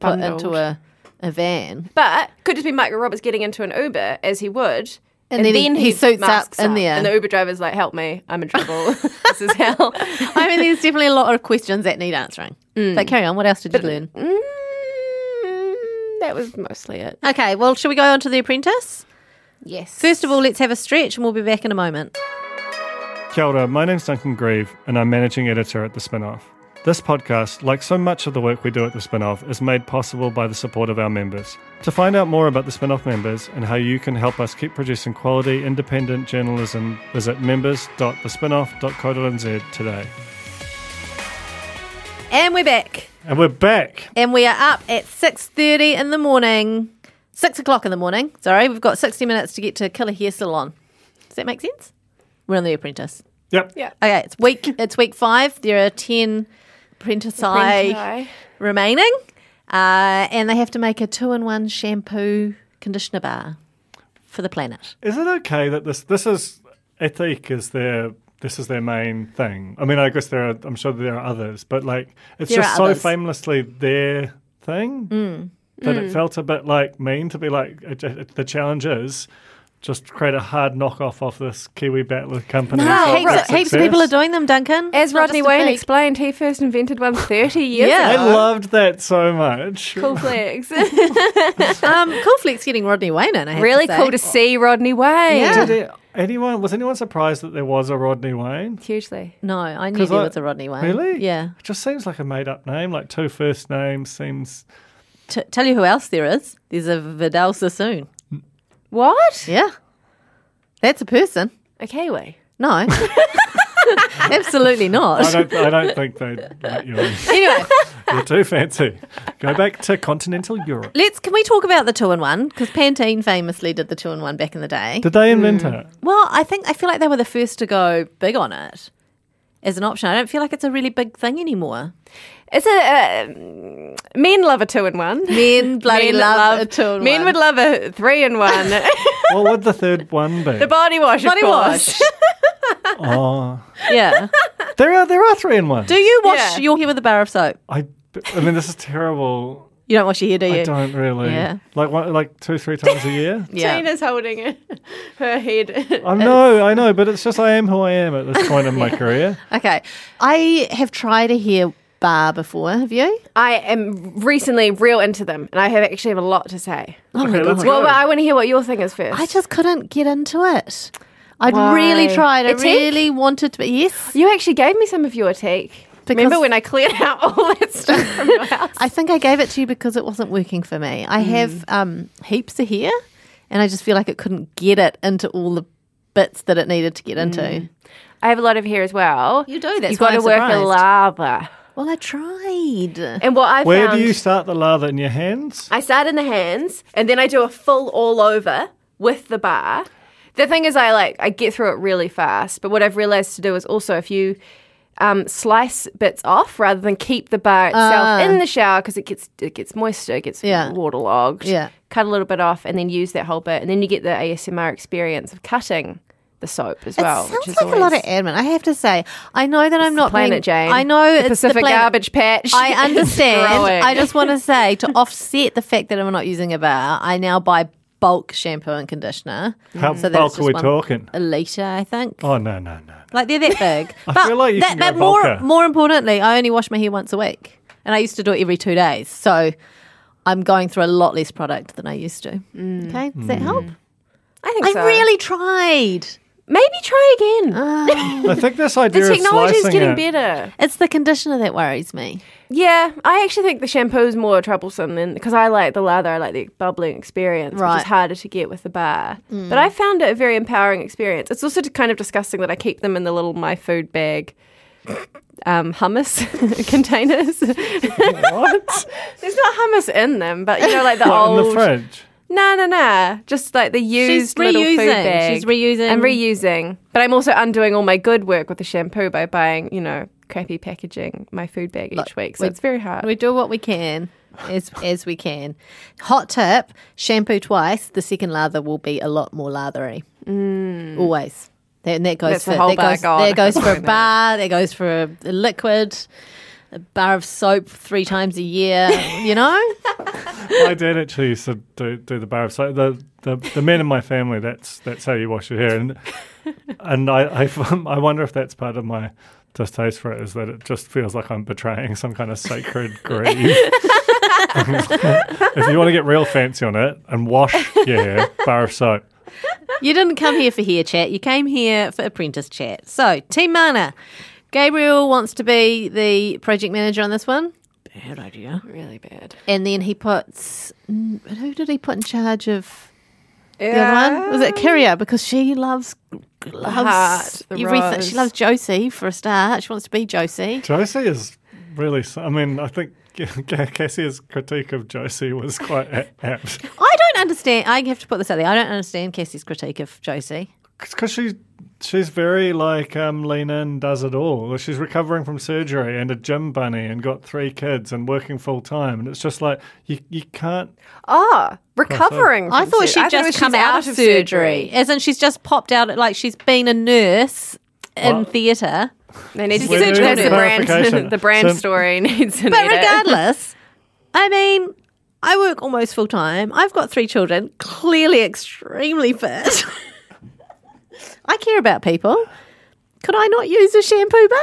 [SPEAKER 3] put
[SPEAKER 4] Bundled.
[SPEAKER 3] into a a van,
[SPEAKER 4] but could just be Mike McRoberts getting into an Uber as he would.
[SPEAKER 3] And then he- he suits up
[SPEAKER 4] masks
[SPEAKER 3] in there.
[SPEAKER 4] And the Uber driver's like, help me, I'm in trouble. this is hell.
[SPEAKER 3] I mean, there's definitely a lot of questions that need answering. But carry on. What else did you learn?
[SPEAKER 4] Mm, that was mostly it.
[SPEAKER 3] Okay, well, shall we go on to the apprentice?
[SPEAKER 4] Yes.
[SPEAKER 3] First of all, let's have a stretch, and we'll be back in a moment.
[SPEAKER 5] Kia ora, my name's Duncan Grieve, and I'm managing editor at The Spinoff. This podcast, like so much of the work we do at The Spinoff, is made possible by the support of our members. To find out more about The Spinoff members and how you can help us keep producing quality, independent journalism, visit members.thespinoff.co.nz today.
[SPEAKER 3] And we're back.
[SPEAKER 5] And we're back.
[SPEAKER 3] and we are up at 6.30 in the morning 6 o'clock in the morning sorry we've got 60 minutes to get to killer hair salon does that make sense we're on the apprentice
[SPEAKER 5] Yep.
[SPEAKER 4] Yeah.
[SPEAKER 3] okay it's week it's week five there are 10 apprentices
[SPEAKER 4] Apprentice.
[SPEAKER 3] remaining uh, and they have to make a two-in-one shampoo conditioner bar for the planet
[SPEAKER 5] Is it okay that this this is ethique is their this is their main thing? I mean, I guess there are. I'm sure there are others, but like it's
[SPEAKER 3] There
[SPEAKER 5] just
[SPEAKER 3] are
[SPEAKER 5] so
[SPEAKER 3] others. Mm.
[SPEAKER 5] famously their thing that it felt a bit like mean to be like it, it- the challenge is just create a hard knockoff of this Kiwi battler company.
[SPEAKER 4] No,
[SPEAKER 5] for
[SPEAKER 4] Oh,
[SPEAKER 3] heaps,
[SPEAKER 4] right.
[SPEAKER 3] of, heaps of people are doing them duncan
[SPEAKER 4] As
[SPEAKER 3] It's not
[SPEAKER 4] Rodney
[SPEAKER 3] just a
[SPEAKER 4] Wayne
[SPEAKER 3] fake.
[SPEAKER 4] explained, he first invented one 30 years
[SPEAKER 3] Yeah.
[SPEAKER 5] I
[SPEAKER 4] ago.
[SPEAKER 5] loved that so much.
[SPEAKER 4] Cool flags.
[SPEAKER 3] um, cool flex getting rodney wayne in I have to
[SPEAKER 4] really
[SPEAKER 3] say.
[SPEAKER 4] cool to see Rodney Wayne.
[SPEAKER 3] Yeah.
[SPEAKER 5] Did it, anyone was anyone surprised that there was a Rodney Wayne?
[SPEAKER 4] Hugely.
[SPEAKER 3] no i knew
[SPEAKER 5] 'Cause
[SPEAKER 3] there
[SPEAKER 5] I-
[SPEAKER 3] was a rodney wayne
[SPEAKER 5] Really?
[SPEAKER 3] yeah
[SPEAKER 5] It just seems like a made up name. Like two first names seems
[SPEAKER 3] T- tell you who else there is. There's a Vidal Sassoon.
[SPEAKER 4] What?
[SPEAKER 3] Yeah. That's a person.
[SPEAKER 4] A Kiwi.
[SPEAKER 3] No. Absolutely
[SPEAKER 5] I
[SPEAKER 3] not.
[SPEAKER 5] don't. I don't think they let you in.
[SPEAKER 3] Anyway,
[SPEAKER 5] You're too fancy. Go back to continental Europe.
[SPEAKER 3] Let's can we talk about the two in one? Because Pantene famously did the two in one back in the day.
[SPEAKER 5] Did they
[SPEAKER 3] Hmm.
[SPEAKER 5] invent it?
[SPEAKER 3] Well, I think I feel like they were the first to go big on it as an option. I don't feel like it's a really big thing anymore.
[SPEAKER 4] It's a uh, men love a two in one.
[SPEAKER 3] Men bloody
[SPEAKER 4] Men
[SPEAKER 3] love, a two in
[SPEAKER 4] Men
[SPEAKER 3] one.
[SPEAKER 4] would love a three in one.
[SPEAKER 5] What would the third one be?
[SPEAKER 4] the body wash,
[SPEAKER 3] body
[SPEAKER 4] of course.
[SPEAKER 3] wash. Oh. yeah.
[SPEAKER 5] there are there are three in one.
[SPEAKER 3] Do you wash
[SPEAKER 4] Yeah.
[SPEAKER 3] your hair with a bar of soap?
[SPEAKER 5] I I mean this is terrible.
[SPEAKER 3] You don't wash your hair, do you?
[SPEAKER 5] I don't really.
[SPEAKER 3] Yeah.
[SPEAKER 5] Like one, like two three times a year.
[SPEAKER 3] Yeah.
[SPEAKER 4] Tina's holding it, her head.
[SPEAKER 5] I know, I know, but it's just I am who I am at this point in my career.
[SPEAKER 3] Okay. I have tried a hair bar before. Have you?
[SPEAKER 4] I am recently real into them, and I have actually have a lot to say.
[SPEAKER 3] Oh
[SPEAKER 5] Okay, let's
[SPEAKER 4] Well,
[SPEAKER 5] go.
[SPEAKER 4] but I want to hear what your thing is first.
[SPEAKER 3] I just couldn't get into it. I'd
[SPEAKER 4] Why?
[SPEAKER 3] really tried. I
[SPEAKER 4] It's ink?
[SPEAKER 3] really wanted to. But yes,
[SPEAKER 4] you actually gave me some of your take. Remember
[SPEAKER 3] Because-
[SPEAKER 4] when I cleared out all that stuff from your house?
[SPEAKER 3] I think I gave it to you because it wasn't working for me.
[SPEAKER 4] Mm.
[SPEAKER 3] I have um, heaps of hair, and I just feel like it couldn't get it into all the bits that it needed to get
[SPEAKER 4] Mm.
[SPEAKER 3] into.
[SPEAKER 4] I have a lot of hair as well.
[SPEAKER 3] You do, that's
[SPEAKER 4] You've
[SPEAKER 3] why
[SPEAKER 4] got to
[SPEAKER 3] I'm
[SPEAKER 4] work a
[SPEAKER 3] surprised.
[SPEAKER 4] lava.
[SPEAKER 3] Well, I tried.
[SPEAKER 4] And what I
[SPEAKER 5] Where
[SPEAKER 4] found,
[SPEAKER 5] do you start the lather in your hands?
[SPEAKER 4] I start in the hands, and then I do a full all over with the bar. The thing is, I like I get through it really fast. But what I've realized to do is also if you um, slice bits off rather than keep the bar itself
[SPEAKER 3] Ah.
[SPEAKER 4] in the shower because it gets it gets moisture, it gets
[SPEAKER 3] Yeah.
[SPEAKER 4] waterlogged.
[SPEAKER 3] Yeah.
[SPEAKER 4] cut a little bit off and then use that whole bit, and then you get the ASMR experience of cutting the soap as
[SPEAKER 3] It
[SPEAKER 4] well.
[SPEAKER 3] sounds
[SPEAKER 4] which is
[SPEAKER 3] like a lot
[SPEAKER 4] always-
[SPEAKER 3] of admin. I have to say, I know that I'm
[SPEAKER 4] It's the
[SPEAKER 3] not being,
[SPEAKER 4] planet, Jane.
[SPEAKER 3] I know
[SPEAKER 4] The
[SPEAKER 3] it's
[SPEAKER 4] Pacific
[SPEAKER 3] the planet.
[SPEAKER 4] garbage patch. It's
[SPEAKER 3] I understand.
[SPEAKER 4] growing.
[SPEAKER 3] I just want to say to offset the fact that I'm not using a bar, I now buy bulk shampoo and conditioner.
[SPEAKER 5] How
[SPEAKER 3] So that it's
[SPEAKER 5] bulk are
[SPEAKER 3] just
[SPEAKER 5] we
[SPEAKER 3] one-
[SPEAKER 5] talking?
[SPEAKER 3] A liter, I think.
[SPEAKER 5] Oh no no no.
[SPEAKER 3] Like they're that big.
[SPEAKER 5] I feel like you can go
[SPEAKER 3] but more,
[SPEAKER 5] bulker.
[SPEAKER 3] more importantly, I only wash my hair once a week, and I used to do it every two days. So I'm going through a lot less product than I used to. Okay, does
[SPEAKER 5] Mm.
[SPEAKER 3] that help?
[SPEAKER 4] Mm. I think
[SPEAKER 3] I
[SPEAKER 4] so.
[SPEAKER 3] really Uh-huh. tried.
[SPEAKER 4] maybe try again.
[SPEAKER 5] I think this idea
[SPEAKER 4] the technology
[SPEAKER 5] of
[SPEAKER 4] is
[SPEAKER 5] slicing
[SPEAKER 4] getting
[SPEAKER 5] it-
[SPEAKER 4] better.
[SPEAKER 3] It's the conditioner that worries me.
[SPEAKER 4] Yeah, I actually think the shampoo is more troublesome than because I like the lather, I like the bubbling experience, which
[SPEAKER 3] Right.
[SPEAKER 4] is harder to get with the bar. But I found it a very empowering experience. It's also kind of disgusting that I keep them in the little my food bag. Um, hummus containers.
[SPEAKER 5] What?
[SPEAKER 4] There's not hummus in them, but you know, like the
[SPEAKER 5] What,
[SPEAKER 4] old.
[SPEAKER 5] in the fridge.
[SPEAKER 4] No, no, no. Just like the used little food
[SPEAKER 3] reusing.
[SPEAKER 4] bag.
[SPEAKER 3] She's reusing.
[SPEAKER 4] I'm reusing, but I'm also undoing all my good work with the shampoo by buying, you know, crappy packaging my food bag each
[SPEAKER 3] Look,
[SPEAKER 4] week. So
[SPEAKER 3] we-
[SPEAKER 4] it's very hard.
[SPEAKER 3] We do what we can as as we can. Hot tip: shampoo twice. The second lather will be a lot more lathery. Mm. Always. And that goes
[SPEAKER 4] That's
[SPEAKER 3] for
[SPEAKER 4] the
[SPEAKER 3] that
[SPEAKER 4] whole
[SPEAKER 3] goes,
[SPEAKER 4] bar gone.
[SPEAKER 3] that goes for a bar. That goes for a, a liquid. A bar of soap three times a year. You know.
[SPEAKER 5] My dad actually used to do, do the bar of soap. The, the the men in my family that's that's how you wash your hair, and and I I, I wonder if that's part of my distaste for it is that it just feels like I'm betraying some kind of sacred grave. if you want to get real fancy on it and wash your hair, bar of soap.
[SPEAKER 3] you didn't come here for hair chat. You came here for apprentice chat. So, Team Mana, Gabriel wants to be the project manager on this one. Bad idea.
[SPEAKER 4] really bad.
[SPEAKER 3] And then he puts mm, who did he put in charge of the other one? Was it Kyria? Because she loves loves
[SPEAKER 4] Um, heart, the
[SPEAKER 3] everything.
[SPEAKER 4] rose.
[SPEAKER 3] She loves Josie for a start. She wants to be Josie.
[SPEAKER 5] Josie is really. s- I mean, I think Cassia's critique of Josie was quite a- apt
[SPEAKER 3] I don't understand. I have to put this out there. I don't understand Cassie's critique of Josie.
[SPEAKER 5] because she she's very like um, lean in, does it all. Well, She's recovering from surgery and a gym bunny and got three kids and working full time, and it's just like you you can't.
[SPEAKER 4] Ah, recovering.
[SPEAKER 3] I
[SPEAKER 4] from
[SPEAKER 3] thought
[SPEAKER 4] sur-
[SPEAKER 3] she'd
[SPEAKER 4] it was
[SPEAKER 3] just come
[SPEAKER 4] she's
[SPEAKER 3] out, of surgery. as in she's just popped out. Like she's been a nurse in
[SPEAKER 5] What?
[SPEAKER 3] theatre.
[SPEAKER 4] They need to
[SPEAKER 5] Wait,
[SPEAKER 4] get
[SPEAKER 5] there's
[SPEAKER 4] that's the
[SPEAKER 5] clarification.
[SPEAKER 4] brand. the brand
[SPEAKER 5] So-
[SPEAKER 4] story needs to.
[SPEAKER 3] But regardless, I mean, I work almost full time. I've got three children, clearly extremely fit. I care about people. Could I not use a shampoo bar?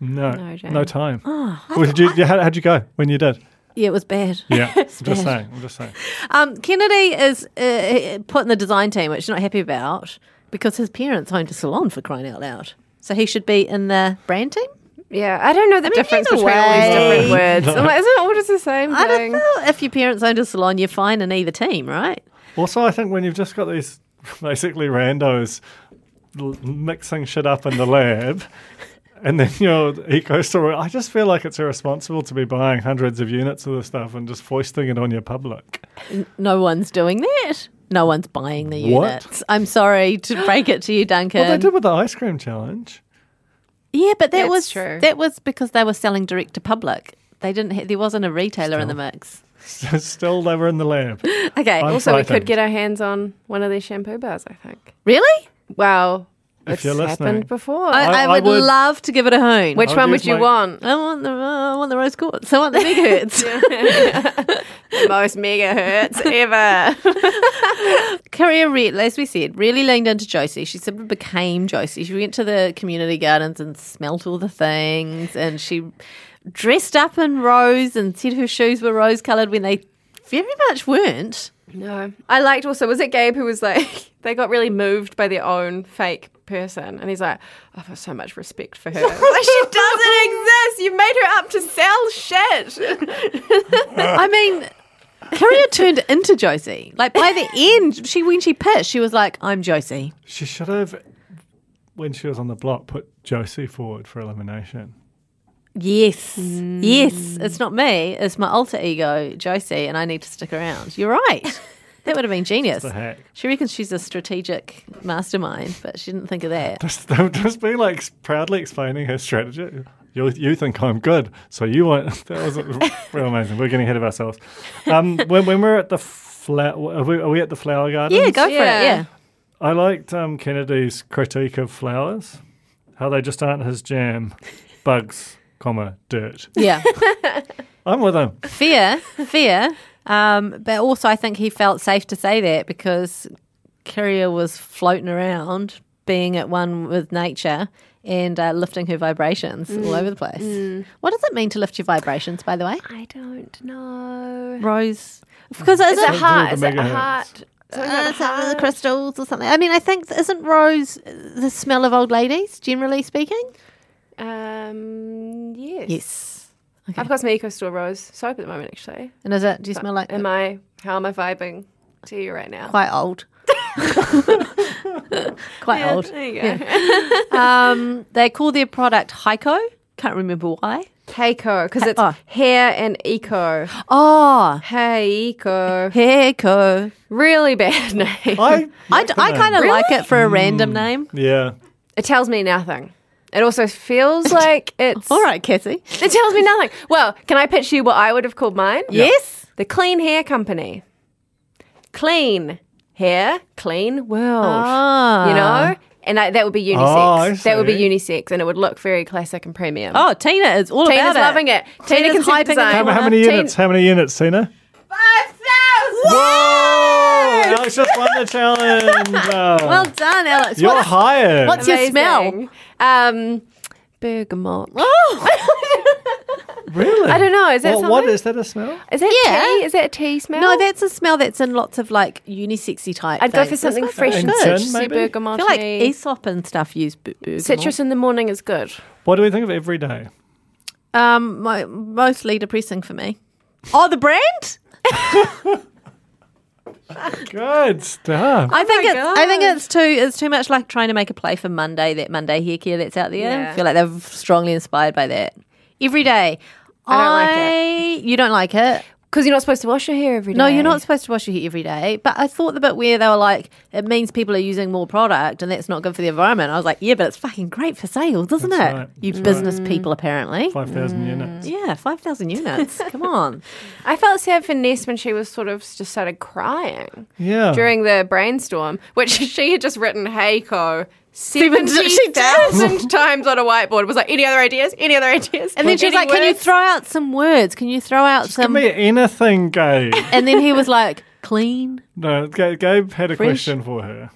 [SPEAKER 5] No,
[SPEAKER 4] No,
[SPEAKER 5] no,
[SPEAKER 4] Jane.
[SPEAKER 5] time. well, did you, how, how'd you go when you did?
[SPEAKER 3] Yeah, it was bad.
[SPEAKER 5] Yeah, I'm just saying. I'm just saying.
[SPEAKER 3] Um, Kennedy is uh, put in the design team, which he's not happy about because his parents owned a salon for crying out loud. So he should be in the brand team.
[SPEAKER 4] yeah, I don't know the
[SPEAKER 3] mean,
[SPEAKER 4] difference
[SPEAKER 3] either
[SPEAKER 4] between all these
[SPEAKER 3] way.
[SPEAKER 4] different words. I'm like, isn't it all just the same
[SPEAKER 3] I don't
[SPEAKER 4] thing?
[SPEAKER 3] know if your parents owned a salon, you're fine in either team, right?
[SPEAKER 5] Also, I think when you've just got these basically randos l- mixing shit up in the lab, and then your eco store. I just feel like it's irresponsible to be buying hundreds of units of this stuff and just foisting it on your public.
[SPEAKER 3] No one's doing that. No one's buying the
[SPEAKER 5] What?
[SPEAKER 3] units. I'm sorry to break it to you, Duncan.
[SPEAKER 5] What they did with the ice cream challenge.
[SPEAKER 3] Yeah, but that
[SPEAKER 4] That's
[SPEAKER 3] was
[SPEAKER 4] true.
[SPEAKER 3] that was because they were selling direct to public. They didn't. Ha- there wasn't a retailer in the mix.
[SPEAKER 5] Still, they were in the lab.
[SPEAKER 3] Okay,
[SPEAKER 5] I'm
[SPEAKER 4] Also, we could
[SPEAKER 5] frightened.
[SPEAKER 4] get our hands on one of these shampoo bars, I think.
[SPEAKER 3] really?
[SPEAKER 4] Wow.
[SPEAKER 5] If
[SPEAKER 4] it's
[SPEAKER 5] you're listening.
[SPEAKER 4] happened before.
[SPEAKER 3] I, I,
[SPEAKER 5] I- I
[SPEAKER 3] would,
[SPEAKER 5] would-
[SPEAKER 3] love to give it a hone.
[SPEAKER 4] Which
[SPEAKER 5] I'll
[SPEAKER 4] one
[SPEAKER 5] use
[SPEAKER 4] would you
[SPEAKER 5] my-
[SPEAKER 4] want?
[SPEAKER 3] I want the uh, I want the rose quartz. I want the big hurts.
[SPEAKER 4] Most megahertz ever.
[SPEAKER 3] Career, re- as we said, really leaned into Josie. She sort of became Josie. She went to the community gardens and smelt all the things, and she dressed up in rose and said her shoes were rose coloured when they very much weren't.
[SPEAKER 4] No. I liked also, was it Gabe who was like, they got really moved by their own fake person? And he's like, "Oh, I've got so much respect for her. like, she doesn't exist. You made her up to sell shit.
[SPEAKER 3] I mean, Carrier turned into Josie. Like by the end, she when she pitched, she was like, "I'm Josie."
[SPEAKER 5] She should have, when she was on the block, put Josie forward for elimination.
[SPEAKER 3] Yes, yes. It's not me. It's my alter ego, Josie, and I need to stick around. You're right. That would have been genius.
[SPEAKER 5] The heck.
[SPEAKER 3] She reckons she's a strategic mastermind, but she didn't think of that.
[SPEAKER 5] Just, just be like proudly explaining her strategy. You, you think I'm good, so you want. That was uh, real amazing. We're getting ahead of ourselves. Um, when, when we're at the flower, are we, are we at the flower garden?
[SPEAKER 3] Yeah, go for
[SPEAKER 4] Yeah.
[SPEAKER 3] it. Yeah.
[SPEAKER 5] I liked um, Kennedy's critique of flowers, how they just aren't his jam. Bugs, comma dirt.
[SPEAKER 3] Yeah.
[SPEAKER 5] I'm with him.
[SPEAKER 3] fear, fear. Um, but also, I think he felt safe to say that because Kyria was floating around, being at one with nature and uh, lifting her vibrations all
[SPEAKER 4] Mm.
[SPEAKER 3] over the place. What does it mean to lift your vibrations, by the way?
[SPEAKER 4] I don't know.
[SPEAKER 3] Rose, because is
[SPEAKER 4] Is it
[SPEAKER 3] it
[SPEAKER 4] heart?
[SPEAKER 5] the
[SPEAKER 4] Is it a
[SPEAKER 5] megahertz.
[SPEAKER 4] heart?
[SPEAKER 3] uh, something with the crystals or something? I mean, I think isn't rose the smell of old ladies, generally speaking?
[SPEAKER 4] Um, yes.
[SPEAKER 3] Yes.
[SPEAKER 4] I've got some Eco Store Rose soap at the moment, actually.
[SPEAKER 3] And is it? Do you smell like
[SPEAKER 4] Am I, how am I vibing to you right now?
[SPEAKER 3] Uh, quite old? quite
[SPEAKER 4] Yeah,
[SPEAKER 3] old.
[SPEAKER 4] There you go.
[SPEAKER 3] um, they call their product Heiko. Can't remember why.
[SPEAKER 4] Keiko, because it's
[SPEAKER 3] Oh.
[SPEAKER 4] hair and eco. Ah,
[SPEAKER 3] Oh,
[SPEAKER 4] Hey, eco.
[SPEAKER 3] Heiko.
[SPEAKER 4] Really bad name.
[SPEAKER 5] I,
[SPEAKER 3] I, d- I kind of
[SPEAKER 4] Really?
[SPEAKER 3] like it for a
[SPEAKER 5] Hmm.
[SPEAKER 3] random name.
[SPEAKER 5] yeah.
[SPEAKER 4] It tells me nothing. It also feels like it's.
[SPEAKER 3] All right, Cassie.
[SPEAKER 4] It tells me nothing. Well, can I pitch you what I would have called mine?
[SPEAKER 3] Yes.
[SPEAKER 4] The Clean Hair Company. Clean hair, clean world.
[SPEAKER 3] Ah.
[SPEAKER 4] You know? And I, that would be
[SPEAKER 5] Oh, I
[SPEAKER 4] unisex. that would be
[SPEAKER 5] see.
[SPEAKER 4] unisex, and it would look very classic and premium.
[SPEAKER 3] Oh, Tina is all
[SPEAKER 4] Tina's
[SPEAKER 3] about it.
[SPEAKER 4] loving it. Tina
[SPEAKER 3] Tina's
[SPEAKER 4] can
[SPEAKER 3] hyping it
[SPEAKER 4] hype design.
[SPEAKER 5] How, how
[SPEAKER 3] Uh,
[SPEAKER 5] many
[SPEAKER 4] Tina-
[SPEAKER 5] units? How many units, Tina? 5,000! Alex just won the challenge. Uh,
[SPEAKER 3] Well done, Alex.
[SPEAKER 5] you're
[SPEAKER 3] What-
[SPEAKER 5] hired.
[SPEAKER 3] what's your smell?
[SPEAKER 4] Amazing. Um, bergamot.
[SPEAKER 3] Oh.
[SPEAKER 4] Oh.
[SPEAKER 5] really?
[SPEAKER 4] I don't know. Is that
[SPEAKER 5] What- what
[SPEAKER 4] something?
[SPEAKER 5] is that a smell?
[SPEAKER 4] Is that
[SPEAKER 3] Yeah.
[SPEAKER 4] tea? Is that a tea smell?
[SPEAKER 3] No, that's a smell that's in lots of like unisexy type.
[SPEAKER 4] I'd go for
[SPEAKER 3] things.
[SPEAKER 4] something
[SPEAKER 3] That's
[SPEAKER 4] fresh
[SPEAKER 3] quite
[SPEAKER 5] and
[SPEAKER 4] and
[SPEAKER 5] good.
[SPEAKER 4] good.
[SPEAKER 5] gin,
[SPEAKER 4] See
[SPEAKER 5] maybe?
[SPEAKER 3] I
[SPEAKER 4] bergamot.
[SPEAKER 3] feel like
[SPEAKER 4] tea.
[SPEAKER 3] Aesop and stuff use b- bergamot.
[SPEAKER 4] citrus in the morning is good.
[SPEAKER 5] What do we think of every day?
[SPEAKER 3] Um, mo- mostly depressing for me. Oh, the brand.
[SPEAKER 5] Good stuff.
[SPEAKER 3] I think
[SPEAKER 4] Oh my
[SPEAKER 3] it's I think
[SPEAKER 4] God.
[SPEAKER 3] it's too it's too much like trying to make a play for Monday that Monday hair care that's out there. I
[SPEAKER 4] Yeah.
[SPEAKER 3] feel like they're strongly inspired by that. Every day.
[SPEAKER 4] I don't like
[SPEAKER 3] like it. You don't like it.
[SPEAKER 4] Because you're not supposed to wash your hair every day.
[SPEAKER 3] No, you're not supposed to wash your hair every day. But I thought the bit where they were like, it means people are using more product and that's not good for the environment. I was like, yeah, but it's fucking great for sales, isn't
[SPEAKER 5] That's
[SPEAKER 3] it?
[SPEAKER 5] right.
[SPEAKER 3] You
[SPEAKER 5] That's
[SPEAKER 3] business
[SPEAKER 4] Mm.
[SPEAKER 3] people, apparently.
[SPEAKER 5] 5,000
[SPEAKER 3] Mm.
[SPEAKER 5] units.
[SPEAKER 3] Yeah, 5,000 units. Come on.
[SPEAKER 4] I felt sad for Ness when she was sort of just started crying
[SPEAKER 5] Yeah.
[SPEAKER 4] during the brainstorm, which she had just written Heiko
[SPEAKER 3] Seven- she did.
[SPEAKER 4] 70,000 times on a whiteboard. It was like, any other ideas? Any other ideas?
[SPEAKER 3] And then she was
[SPEAKER 4] Any
[SPEAKER 3] like, can you
[SPEAKER 4] words?
[SPEAKER 3] throw out some words? Can you throw out
[SPEAKER 5] Give
[SPEAKER 3] some.
[SPEAKER 5] me anything, Gabe.
[SPEAKER 3] And then he was like, clean.
[SPEAKER 5] no, Ga- Gabe had a
[SPEAKER 3] Fresh.
[SPEAKER 5] question for her.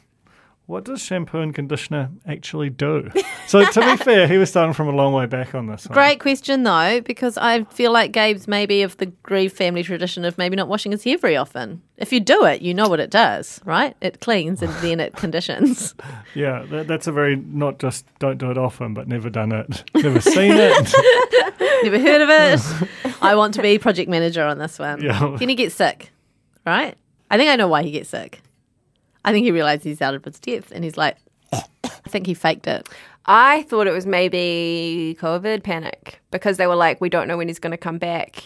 [SPEAKER 5] What does shampoo and conditioner actually do? so, to be fair, he was starting from a long way back on this one.
[SPEAKER 3] Great question though, because I feel like Gabe's maybe of the Grieve family tradition of maybe not washing his hair very often. If you do it, you know what it does, right? It cleans and then it conditions.
[SPEAKER 5] Yeah, that, that's a very not just don't do it often, but never done it, never seen it.
[SPEAKER 3] Never heard of it. I want to be project manager on this one.
[SPEAKER 5] Yeah.
[SPEAKER 3] Then he gets sick, right? I think I know why he gets sick. I think he realizes he's out of his depth and he's like, think he faked it.
[SPEAKER 4] I thought it was maybe COVID panic because they were like, we don't know when he's going to come back.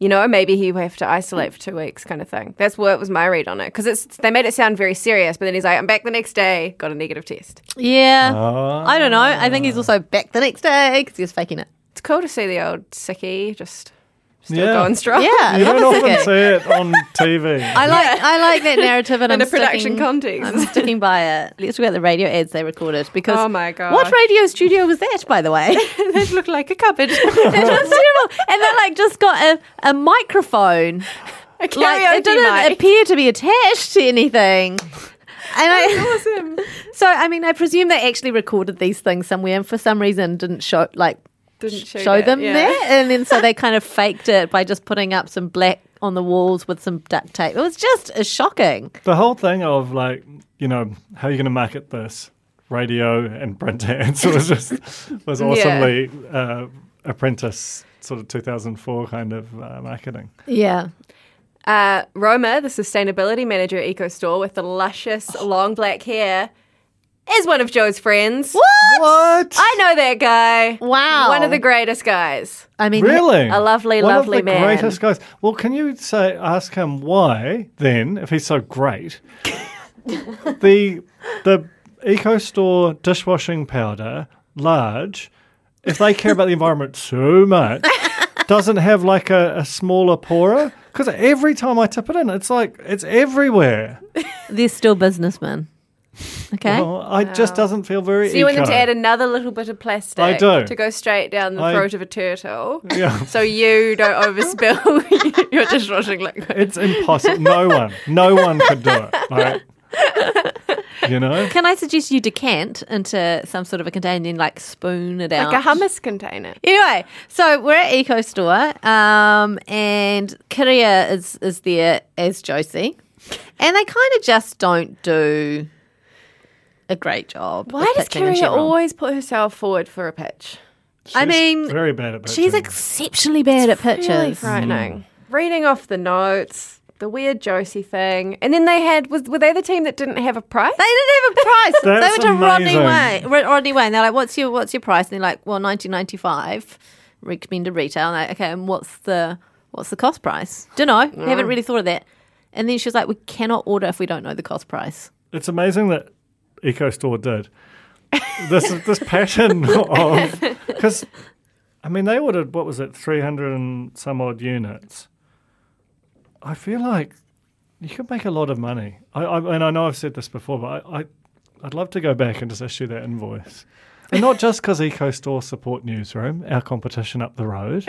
[SPEAKER 4] You know, maybe he will have to isolate for two weeks, kind of thing. That's what was my read on it because it's they made it sound very serious, but then he's like, I'm back the next day, got a negative test.
[SPEAKER 5] Oh,
[SPEAKER 3] Yeah.
[SPEAKER 5] Ah,
[SPEAKER 3] I don't know. I think he's also back the next day because he was faking it.
[SPEAKER 4] It's cool to see the old sickie just still
[SPEAKER 5] Yeah.
[SPEAKER 4] going strong.
[SPEAKER 3] Yeah.
[SPEAKER 5] You
[SPEAKER 3] that
[SPEAKER 5] don't
[SPEAKER 3] was
[SPEAKER 5] often
[SPEAKER 3] it.
[SPEAKER 5] see it on TV.
[SPEAKER 3] I like I like that narrative and
[SPEAKER 4] In
[SPEAKER 3] I'm
[SPEAKER 4] a production
[SPEAKER 3] sticking,
[SPEAKER 4] context.
[SPEAKER 3] I'm sticking by it. Let's talk about the radio ads they recorded because
[SPEAKER 4] Oh my gosh.
[SPEAKER 3] What radio studio was that, by the way?
[SPEAKER 4] they look like a cupboard.
[SPEAKER 3] it was terrible. And they like just got a, a microphone.
[SPEAKER 4] a
[SPEAKER 3] Like
[SPEAKER 4] karaoke
[SPEAKER 3] it didn't
[SPEAKER 4] mic.
[SPEAKER 3] appear to be attached to anything. And I,
[SPEAKER 4] awesome.
[SPEAKER 3] so I mean I presume they actually recorded these things somewhere and for some reason didn't show like
[SPEAKER 4] Didn't show,
[SPEAKER 3] show
[SPEAKER 4] that,
[SPEAKER 3] them
[SPEAKER 4] yeah.
[SPEAKER 3] that. And then so they kind of faked it by just putting up some black on the walls with some duct tape. It was just uh, shocking.
[SPEAKER 5] The whole thing of like, you know, how are you going to market this? Radio and print ads was just was awesomely uh, apprentice sort of 2004 kind of uh, marketing.
[SPEAKER 3] Yeah.
[SPEAKER 4] Uh, Roma, the sustainability manager at EcoStore with the luscious long black hair, is one of Joe's friends.
[SPEAKER 3] What?
[SPEAKER 5] What?
[SPEAKER 4] I know that guy.
[SPEAKER 3] Wow.
[SPEAKER 4] One of the greatest guys.
[SPEAKER 3] I mean,
[SPEAKER 5] Really?
[SPEAKER 4] A lovely,
[SPEAKER 5] One
[SPEAKER 4] lovely
[SPEAKER 5] of the
[SPEAKER 4] man.
[SPEAKER 5] greatest guys. Well, can you say ask him why then, if he's so great, the the EcoStore dishwashing powder large, if they care about the environment so much, doesn't have like a, a smaller pourer. Because every time I tip it in, it's like it's everywhere.
[SPEAKER 3] they're still businessmen. Okay.
[SPEAKER 5] Well, I just doesn't feel very.
[SPEAKER 4] So you want them
[SPEAKER 5] eco.
[SPEAKER 4] to add another little bit of plastic
[SPEAKER 5] I do.
[SPEAKER 4] to go straight down the
[SPEAKER 5] I-
[SPEAKER 4] throat of a turtle.
[SPEAKER 5] Yeah.
[SPEAKER 4] So you don't overspill your dishwashing liquid.
[SPEAKER 5] It's impossible. No one, no one could do it. Right? You know.
[SPEAKER 3] Can I suggest you decant into some sort of a container and then, like spoon it out?
[SPEAKER 4] Like a hummus container.
[SPEAKER 3] Anyway, so we're at Eco Store, um, and Kiria is is there as Josie, and they kind of just don't do a great job.
[SPEAKER 4] Why
[SPEAKER 3] of
[SPEAKER 4] does
[SPEAKER 3] pitching in
[SPEAKER 4] Carrie
[SPEAKER 3] general.
[SPEAKER 4] always put herself forward for a pitch?
[SPEAKER 3] I
[SPEAKER 5] She's
[SPEAKER 3] mean,
[SPEAKER 5] very bad at
[SPEAKER 3] she's
[SPEAKER 5] pitching.
[SPEAKER 3] exceptionally bad at pitches.
[SPEAKER 4] Really frightening. Reading off the notes, the weird Josie thing, and then they had was were they the team that didn't have a price?
[SPEAKER 3] They didn't have a price. they
[SPEAKER 5] That's
[SPEAKER 3] went to Rodney Way.
[SPEAKER 5] amazing.
[SPEAKER 3] Ro- Rodney Way, and they're like, "What's your what's your price?" And they're like, "Well, nineteen ninety five, recommended retail." And I'm like, okay, and what's the what's the cost price? Don't know. Haven't really thought of that. And then she was like, "We cannot order if we don't know the cost price."
[SPEAKER 5] It's amazing that EcoStore did this this pattern of because I mean they ordered what was it three hundred and some odd units. I feel like you could make a lot of money. I, I and I know I've said this before, but I, I I'd love to go back and just issue that invoice. And not just because EcoStore support Newsroom, our competition up the road.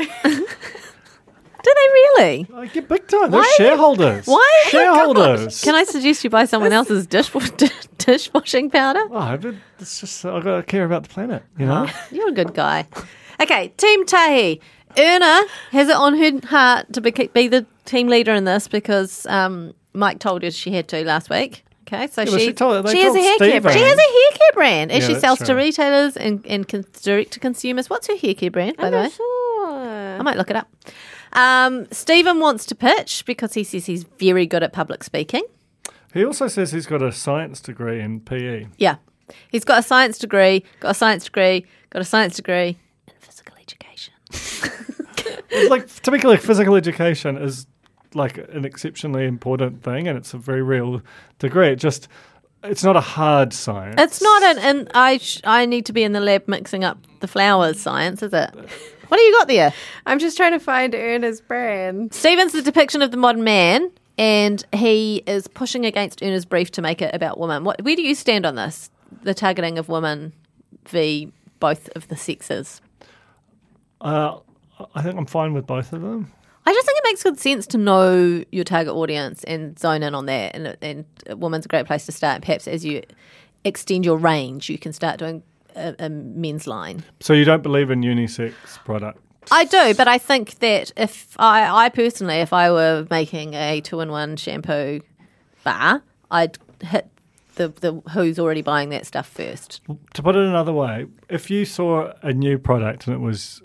[SPEAKER 3] Do they really?
[SPEAKER 5] I get big time. They're
[SPEAKER 3] Why-
[SPEAKER 5] shareholders.
[SPEAKER 3] Why
[SPEAKER 5] Shareholders.
[SPEAKER 3] Can I suggest you buy someone else's dish dishwashing powder?
[SPEAKER 5] Oh, I- it's just I gotta care about the planet, you know.
[SPEAKER 3] You're a good guy. Okay, Team Tahi. Erna has it on her heart to bec- be the team leader in this because um, Mike told her she had to last week. Okay, so
[SPEAKER 5] but
[SPEAKER 3] she,
[SPEAKER 5] she told- they
[SPEAKER 3] she has a
[SPEAKER 5] told
[SPEAKER 3] haircare
[SPEAKER 5] Stephen.
[SPEAKER 3] brand. She has a haircare brand, and
[SPEAKER 5] Yeah,
[SPEAKER 3] she
[SPEAKER 5] that's
[SPEAKER 3] sells to
[SPEAKER 5] right.
[SPEAKER 3] retailers and, and con- direct to consumers. What's her haircare brand, by the way? I
[SPEAKER 4] Sure.
[SPEAKER 3] might look it up. Um, Stephen wants to pitch because he says he's very good at public speaking.
[SPEAKER 5] He also says he's got a science degree in E. PE.
[SPEAKER 3] Yeah. He's got a science degree, got a science degree, got a science degree in physical education.
[SPEAKER 5] It's like typically, physical education is like an exceptionally important thing, and it's a very real degree. It just it's not a hard science.
[SPEAKER 3] It's not an, and I sh- I need to be in the lab mixing up the flowers science, is it? What do you got there?
[SPEAKER 4] I'm just trying to find Erna's brand.
[SPEAKER 3] Stephen's the depiction of the modern man, and he is pushing against Erna's brief to make it about women. What, where do you stand on this? The targeting of women v both of the sexes.
[SPEAKER 5] Uh, I think I'm fine with both of them.
[SPEAKER 3] I just think it makes good sense to know your target audience and zone in on that. And, and a woman's a great place to start. Perhaps as you extend your range, you can start doing a, a men's line.
[SPEAKER 5] So you don't believe in unisex product?
[SPEAKER 3] I do, but I think that if I, I personally, if I were making a two-in-one shampoo bar, I'd hit the, the who's already buying that stuff first.
[SPEAKER 5] To put it another way, if you saw a new product and it was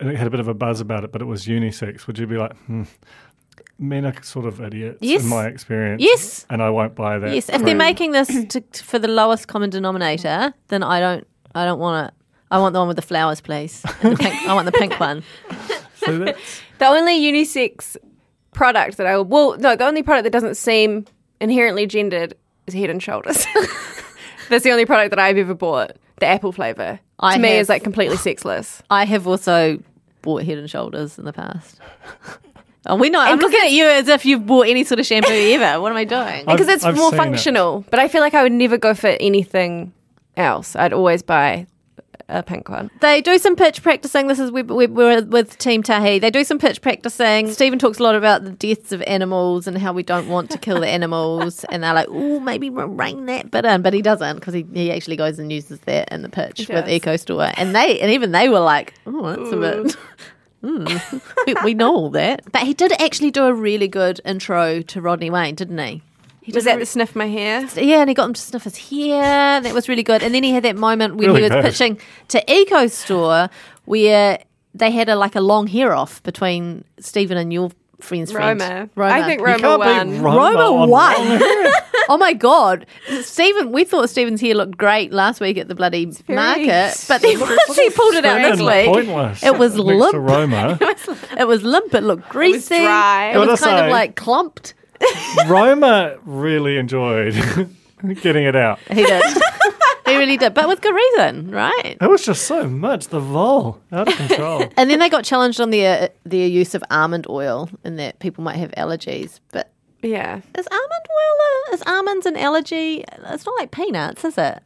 [SPEAKER 5] and it had a bit of a buzz about it, but it was unisex, would you be like, hmm, men are sort of idiots
[SPEAKER 3] Yes.
[SPEAKER 5] in my experience.
[SPEAKER 3] Yes.
[SPEAKER 5] And I won't buy that.
[SPEAKER 3] Yes, if they're
[SPEAKER 5] crap.
[SPEAKER 3] making this to, for the lowest common denominator, then I don't, I don't want it. I want the one with the flowers, please. And the pink, I want the pink one.
[SPEAKER 5] So that's-
[SPEAKER 4] The only unisex product that I will, well, no, the only product that doesn't seem inherently gendered is Head and Shoulders. That's the only product that I've ever bought. The apple flavor
[SPEAKER 3] I
[SPEAKER 4] to me
[SPEAKER 3] have-
[SPEAKER 4] is like completely sexless.
[SPEAKER 3] I have also bought Head and Shoulders in the past. Oh, we know. I'm looking at you as if you've bought any sort of shampoo ever. What am I doing?
[SPEAKER 5] I've-
[SPEAKER 4] Because it's
[SPEAKER 5] I've
[SPEAKER 4] more
[SPEAKER 5] seen it.
[SPEAKER 4] functional. But I feel like I would never go for anything else. I'd always buy a pink one.
[SPEAKER 3] They do some pitch practicing. This is we, we, we're with Team Tahi. They do some pitch practicing. Stephen talks a lot about the deaths of animals and how we don't want to kill the animals. And they're like, oh, maybe we'll rein that bit in, but he doesn't because he, he actually goes and uses that in the pitch with
[SPEAKER 4] does.
[SPEAKER 3] Eco Store. And they and even they were like, oh, that's a bit. Mm. we, we know all that, but he did actually do a really good intro to Rodney Wayne, didn't he?
[SPEAKER 4] Was that the sniff my hair?
[SPEAKER 3] Yeah, and he got him to sniff his hair. That was really good. And then he had that moment when
[SPEAKER 5] Really
[SPEAKER 3] he was
[SPEAKER 5] good.
[SPEAKER 3] pitching to Eco Store where they had a like a long hair off between Stephen and your friend's friend.
[SPEAKER 4] Roma. I think Roma
[SPEAKER 5] can't
[SPEAKER 4] won.
[SPEAKER 5] beat Roma,
[SPEAKER 3] Roma
[SPEAKER 5] on
[SPEAKER 3] won.
[SPEAKER 5] Roma.
[SPEAKER 3] oh my god, Stephen! We thought Stephen's hair looked great last week at the bloody market, but then once he pulled it out next
[SPEAKER 5] Friggin'
[SPEAKER 3] week,
[SPEAKER 5] Pointless.
[SPEAKER 3] it was
[SPEAKER 5] Next
[SPEAKER 3] limp.
[SPEAKER 5] to Roma.
[SPEAKER 3] it was limp. It looked greasy.
[SPEAKER 4] dry.
[SPEAKER 3] It
[SPEAKER 5] Gotta
[SPEAKER 3] was kind of
[SPEAKER 5] say-
[SPEAKER 3] like clumped.
[SPEAKER 5] Roma really enjoyed getting it out.
[SPEAKER 3] He did. he really did, but with good reason, right?
[SPEAKER 5] It was just so much. The vol out of control.
[SPEAKER 3] And then they got challenged on their their use of almond oil and that people might have allergies. But
[SPEAKER 4] Yeah.
[SPEAKER 3] is almond oil a, is almonds an allergy? It's not like peanuts, is it?
[SPEAKER 5] The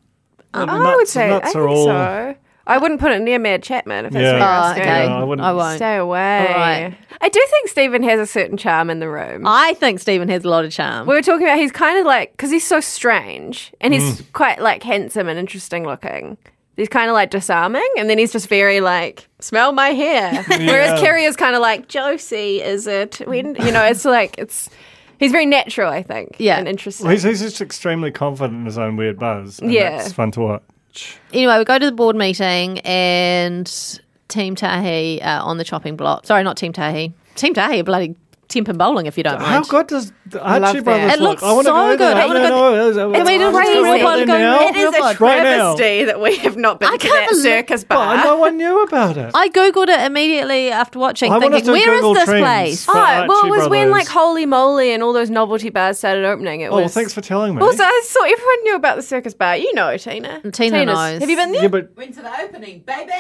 [SPEAKER 4] I would
[SPEAKER 5] nuts-
[SPEAKER 4] say
[SPEAKER 5] nuts
[SPEAKER 4] I
[SPEAKER 5] are
[SPEAKER 4] think
[SPEAKER 5] all.
[SPEAKER 4] so. I wouldn't put it near Mad Chapman if that's
[SPEAKER 5] Yeah.
[SPEAKER 4] what you're
[SPEAKER 5] Oh,
[SPEAKER 4] asking.
[SPEAKER 5] okay. Yeah, I wouldn't-
[SPEAKER 3] I won't.
[SPEAKER 4] Stay away.
[SPEAKER 3] All right.
[SPEAKER 4] I do think Stephen has a certain charm in the room.
[SPEAKER 3] I think Stephen has a lot of charm.
[SPEAKER 4] we were talking about he's kind of like because he's so strange and he's
[SPEAKER 5] Mm.
[SPEAKER 4] quite like handsome and interesting looking. He's kind of like disarming, and then he's just very like smell my hair. Whereas Kerry is kind of like Josie, is it when you know? It's like it's he's very natural, I think.
[SPEAKER 3] Yeah.
[SPEAKER 4] and interesting.
[SPEAKER 5] Well, he's, he's just extremely confident in his own weird buzz. and
[SPEAKER 4] Yeah.
[SPEAKER 5] It's fun to watch.
[SPEAKER 3] anyway, we go to the board meeting and Team Tahi uh, on the chopping block. Sorry, not Team Tahi. Team Tahi, are bloody Temp bowling, if you don't
[SPEAKER 5] How
[SPEAKER 3] mind.
[SPEAKER 5] good does the
[SPEAKER 4] love
[SPEAKER 5] Archie
[SPEAKER 4] that.
[SPEAKER 5] Brothers
[SPEAKER 4] It
[SPEAKER 5] look?
[SPEAKER 3] looks
[SPEAKER 5] I want to
[SPEAKER 3] so
[SPEAKER 5] go
[SPEAKER 3] good.
[SPEAKER 5] there.
[SPEAKER 3] I
[SPEAKER 5] I
[SPEAKER 3] wanna
[SPEAKER 5] don't
[SPEAKER 3] go-
[SPEAKER 5] know. It's- I
[SPEAKER 3] made
[SPEAKER 5] wanna
[SPEAKER 3] a
[SPEAKER 5] go
[SPEAKER 3] real
[SPEAKER 5] there
[SPEAKER 3] pod-
[SPEAKER 5] now.
[SPEAKER 3] It is a
[SPEAKER 5] Right now.
[SPEAKER 4] that we have not been
[SPEAKER 3] I
[SPEAKER 4] to
[SPEAKER 3] can't
[SPEAKER 4] that
[SPEAKER 3] believe-
[SPEAKER 4] circus
[SPEAKER 5] But
[SPEAKER 4] bar.
[SPEAKER 5] no one knew about it.
[SPEAKER 3] I googled it immediately after watching,
[SPEAKER 5] I wanna
[SPEAKER 3] thinking,
[SPEAKER 5] do
[SPEAKER 3] where is
[SPEAKER 5] Google
[SPEAKER 3] this
[SPEAKER 5] Trends.
[SPEAKER 3] place?
[SPEAKER 5] for
[SPEAKER 4] Oh, well,
[SPEAKER 5] Archie
[SPEAKER 4] it was when
[SPEAKER 5] Brothers.
[SPEAKER 4] like Holy Moly and all those novelty bars started opening. It
[SPEAKER 5] Oh, well,
[SPEAKER 4] was.
[SPEAKER 5] thanks for telling me.
[SPEAKER 4] Also, I saw everyone knew about the circus bar. You know, Tina.
[SPEAKER 3] Tina
[SPEAKER 4] Tina's-
[SPEAKER 3] knows.
[SPEAKER 4] Have you been there?
[SPEAKER 5] yeah, but
[SPEAKER 7] Went to the opening, baby!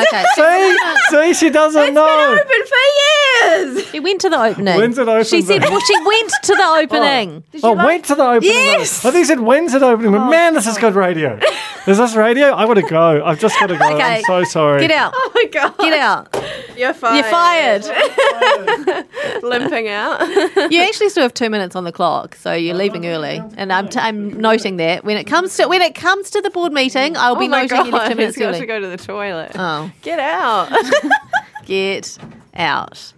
[SPEAKER 3] Okay,
[SPEAKER 5] Oh, see, see, she doesn't know.
[SPEAKER 4] It's been open for years.
[SPEAKER 3] she went to the opening.
[SPEAKER 5] When's it open?
[SPEAKER 3] She said,
[SPEAKER 5] then?
[SPEAKER 3] well, she went to the opening.
[SPEAKER 5] oh, went to the opening.
[SPEAKER 3] Yes! Oh,
[SPEAKER 5] I think he said when's it opening? But Man, this is good radio. is this radio? I want to go. I've just got to go.
[SPEAKER 3] Okay.
[SPEAKER 5] I'm so sorry.
[SPEAKER 3] Get out.
[SPEAKER 4] Oh my god.
[SPEAKER 3] Get out.
[SPEAKER 4] You're fired.
[SPEAKER 3] You're fired.
[SPEAKER 4] Limping out.
[SPEAKER 3] you actually still have two minutes on the clock, so you're leaving early. And I'm, t- I'm noting that when it comes to when it comes to the board meeting, I'll be
[SPEAKER 4] oh my
[SPEAKER 3] noting you left two
[SPEAKER 4] god. He's
[SPEAKER 3] minutes
[SPEAKER 4] got to Uh.
[SPEAKER 3] early.
[SPEAKER 4] go to the toilet.
[SPEAKER 3] Oh,
[SPEAKER 4] Get out.
[SPEAKER 3] get out.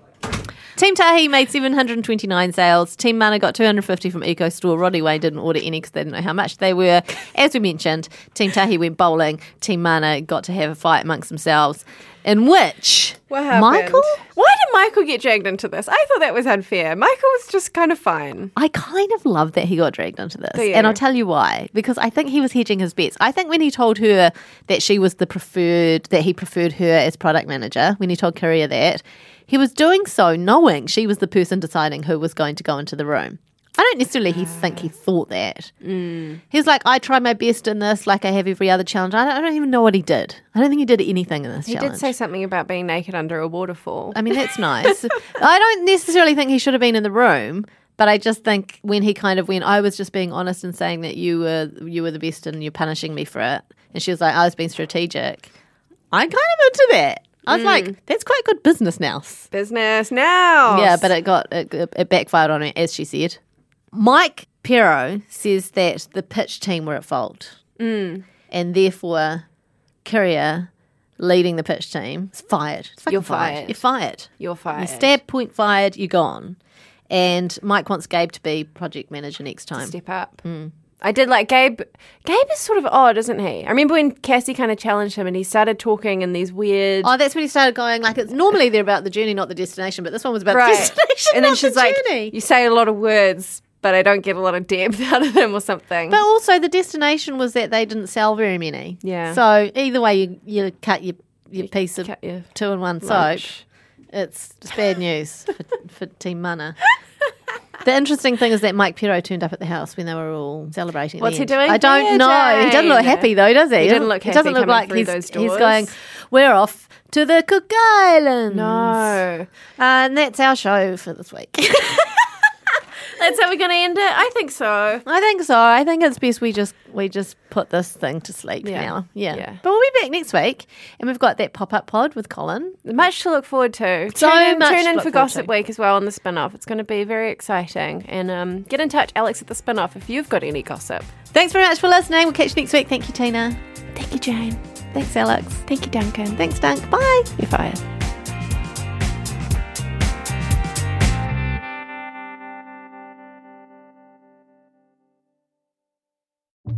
[SPEAKER 3] Team Tahi made 729 sales. Team Mana got 250 from Eco Store. Roddy Way didn't order any because they didn't know how much they were. As we mentioned, Team Tahi went bowling. Team Mana got to have a fight amongst themselves, in which
[SPEAKER 4] What happened?
[SPEAKER 3] Michael.
[SPEAKER 4] Why did Michael get dragged into this? I thought that was unfair. Michael was just kind of fine.
[SPEAKER 3] I kind of love that he got dragged into this.
[SPEAKER 4] Do you?
[SPEAKER 3] And I'll tell you why. Because I think he was hedging his bets. I think when he told her that she was the preferred, that he preferred her as product manager, when he told Korea that, he was doing so knowing she was the person deciding who was going to go into the room. I don't necessarily he think he thought that.
[SPEAKER 4] Mm.
[SPEAKER 3] He was like, I try my best in this, like I have every other challenge. I don't, I don't even know what he did. I don't think he did anything in this
[SPEAKER 4] He
[SPEAKER 3] challenge.
[SPEAKER 4] did say something about being naked under a waterfall.
[SPEAKER 3] I mean, that's nice. I don't necessarily think he should have been in the room, but I just think when he kind of went, I was just being honest and saying that you were you were the best and you're punishing me for it. And she was like, I was being strategic. I'm kind of into that. I was like, that's quite good business now.
[SPEAKER 4] Business now.
[SPEAKER 3] Yeah, but it got it, it backfired on her, as she said. Mike Pero says that the pitch team were at fault,
[SPEAKER 4] Mm.
[SPEAKER 3] and therefore, Courier leading the pitch team is fired. It's fucking
[SPEAKER 4] You're
[SPEAKER 3] fired.
[SPEAKER 4] fired.
[SPEAKER 3] You're fired.
[SPEAKER 4] You're fired.
[SPEAKER 3] You stab point
[SPEAKER 4] um,
[SPEAKER 3] fired, you're gone. And Mike wants Gabe to be project manager next time.
[SPEAKER 4] Step up. I did like Gabe. Gabe is sort of odd, isn't he? I remember when Cassie kind of challenged him and he started talking in these weird.
[SPEAKER 3] Oh, that's when he started going like it's normally they're about the journey, not the destination, but this one was about the destination,
[SPEAKER 4] and then
[SPEAKER 3] not
[SPEAKER 4] she's
[SPEAKER 3] the
[SPEAKER 4] like,
[SPEAKER 3] journey.
[SPEAKER 4] "You say a lot of words, but I don't get a lot of depth out of them, or something."
[SPEAKER 3] but also the destination was that they didn't sell very many.
[SPEAKER 4] Yeah.
[SPEAKER 3] So either way, you you cut your your piece of
[SPEAKER 4] cut your
[SPEAKER 3] two in one soap.
[SPEAKER 4] Lunch.
[SPEAKER 3] It's it's bad news for, for Team Mana. The interesting thing is that Mike Pirro turned up at the house when they were all celebrating. at the
[SPEAKER 4] What's he
[SPEAKER 3] end.
[SPEAKER 4] doing
[SPEAKER 3] I don't
[SPEAKER 4] there,
[SPEAKER 3] know. He doesn't look
[SPEAKER 4] Jane?
[SPEAKER 3] happy though, does he?
[SPEAKER 4] He didn't look
[SPEAKER 3] He doesn't
[SPEAKER 4] happy
[SPEAKER 3] look
[SPEAKER 4] coming
[SPEAKER 3] like
[SPEAKER 4] through
[SPEAKER 3] he's
[SPEAKER 4] those
[SPEAKER 3] he's
[SPEAKER 4] doors.
[SPEAKER 3] going. We're off to the Cook Islands.
[SPEAKER 4] No.
[SPEAKER 3] Uh, and that's our show for this week.
[SPEAKER 4] That's how we're going to end it? I think so.
[SPEAKER 3] I think so. I think it's best we just we just put this thing to sleep
[SPEAKER 4] Yeah.
[SPEAKER 3] now. Yeah.
[SPEAKER 4] Yeah.
[SPEAKER 3] But we'll be back next week, and we've got that pop up pod with Colin.
[SPEAKER 4] Much to look forward to.
[SPEAKER 3] So
[SPEAKER 4] tune in,
[SPEAKER 3] much
[SPEAKER 4] tune
[SPEAKER 3] to look
[SPEAKER 4] in for
[SPEAKER 3] forward to.
[SPEAKER 4] Gossip Week as well on the spin off. It's going to be very exciting. And um, get in touch, Alex, at the spin off if you've got any gossip.
[SPEAKER 3] Thanks very much for listening. We'll catch you next week. Thank you, Tina. Thank you, Jane. Thanks, Alex. Thank you, Duncan. Thanks, Dunk. Bye.
[SPEAKER 4] You're fired.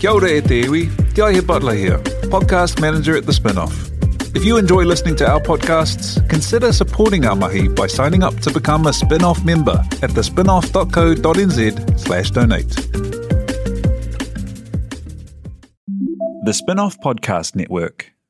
[SPEAKER 1] Kia ora e te iwi, Te Aihe Butler here, podcast manager at The Spinoff. If you enjoy listening to our podcasts, consider supporting our mahi by signing up to become a Spinoff member at thespinoff.co.nz slash donate. The Spinoff Podcast Network.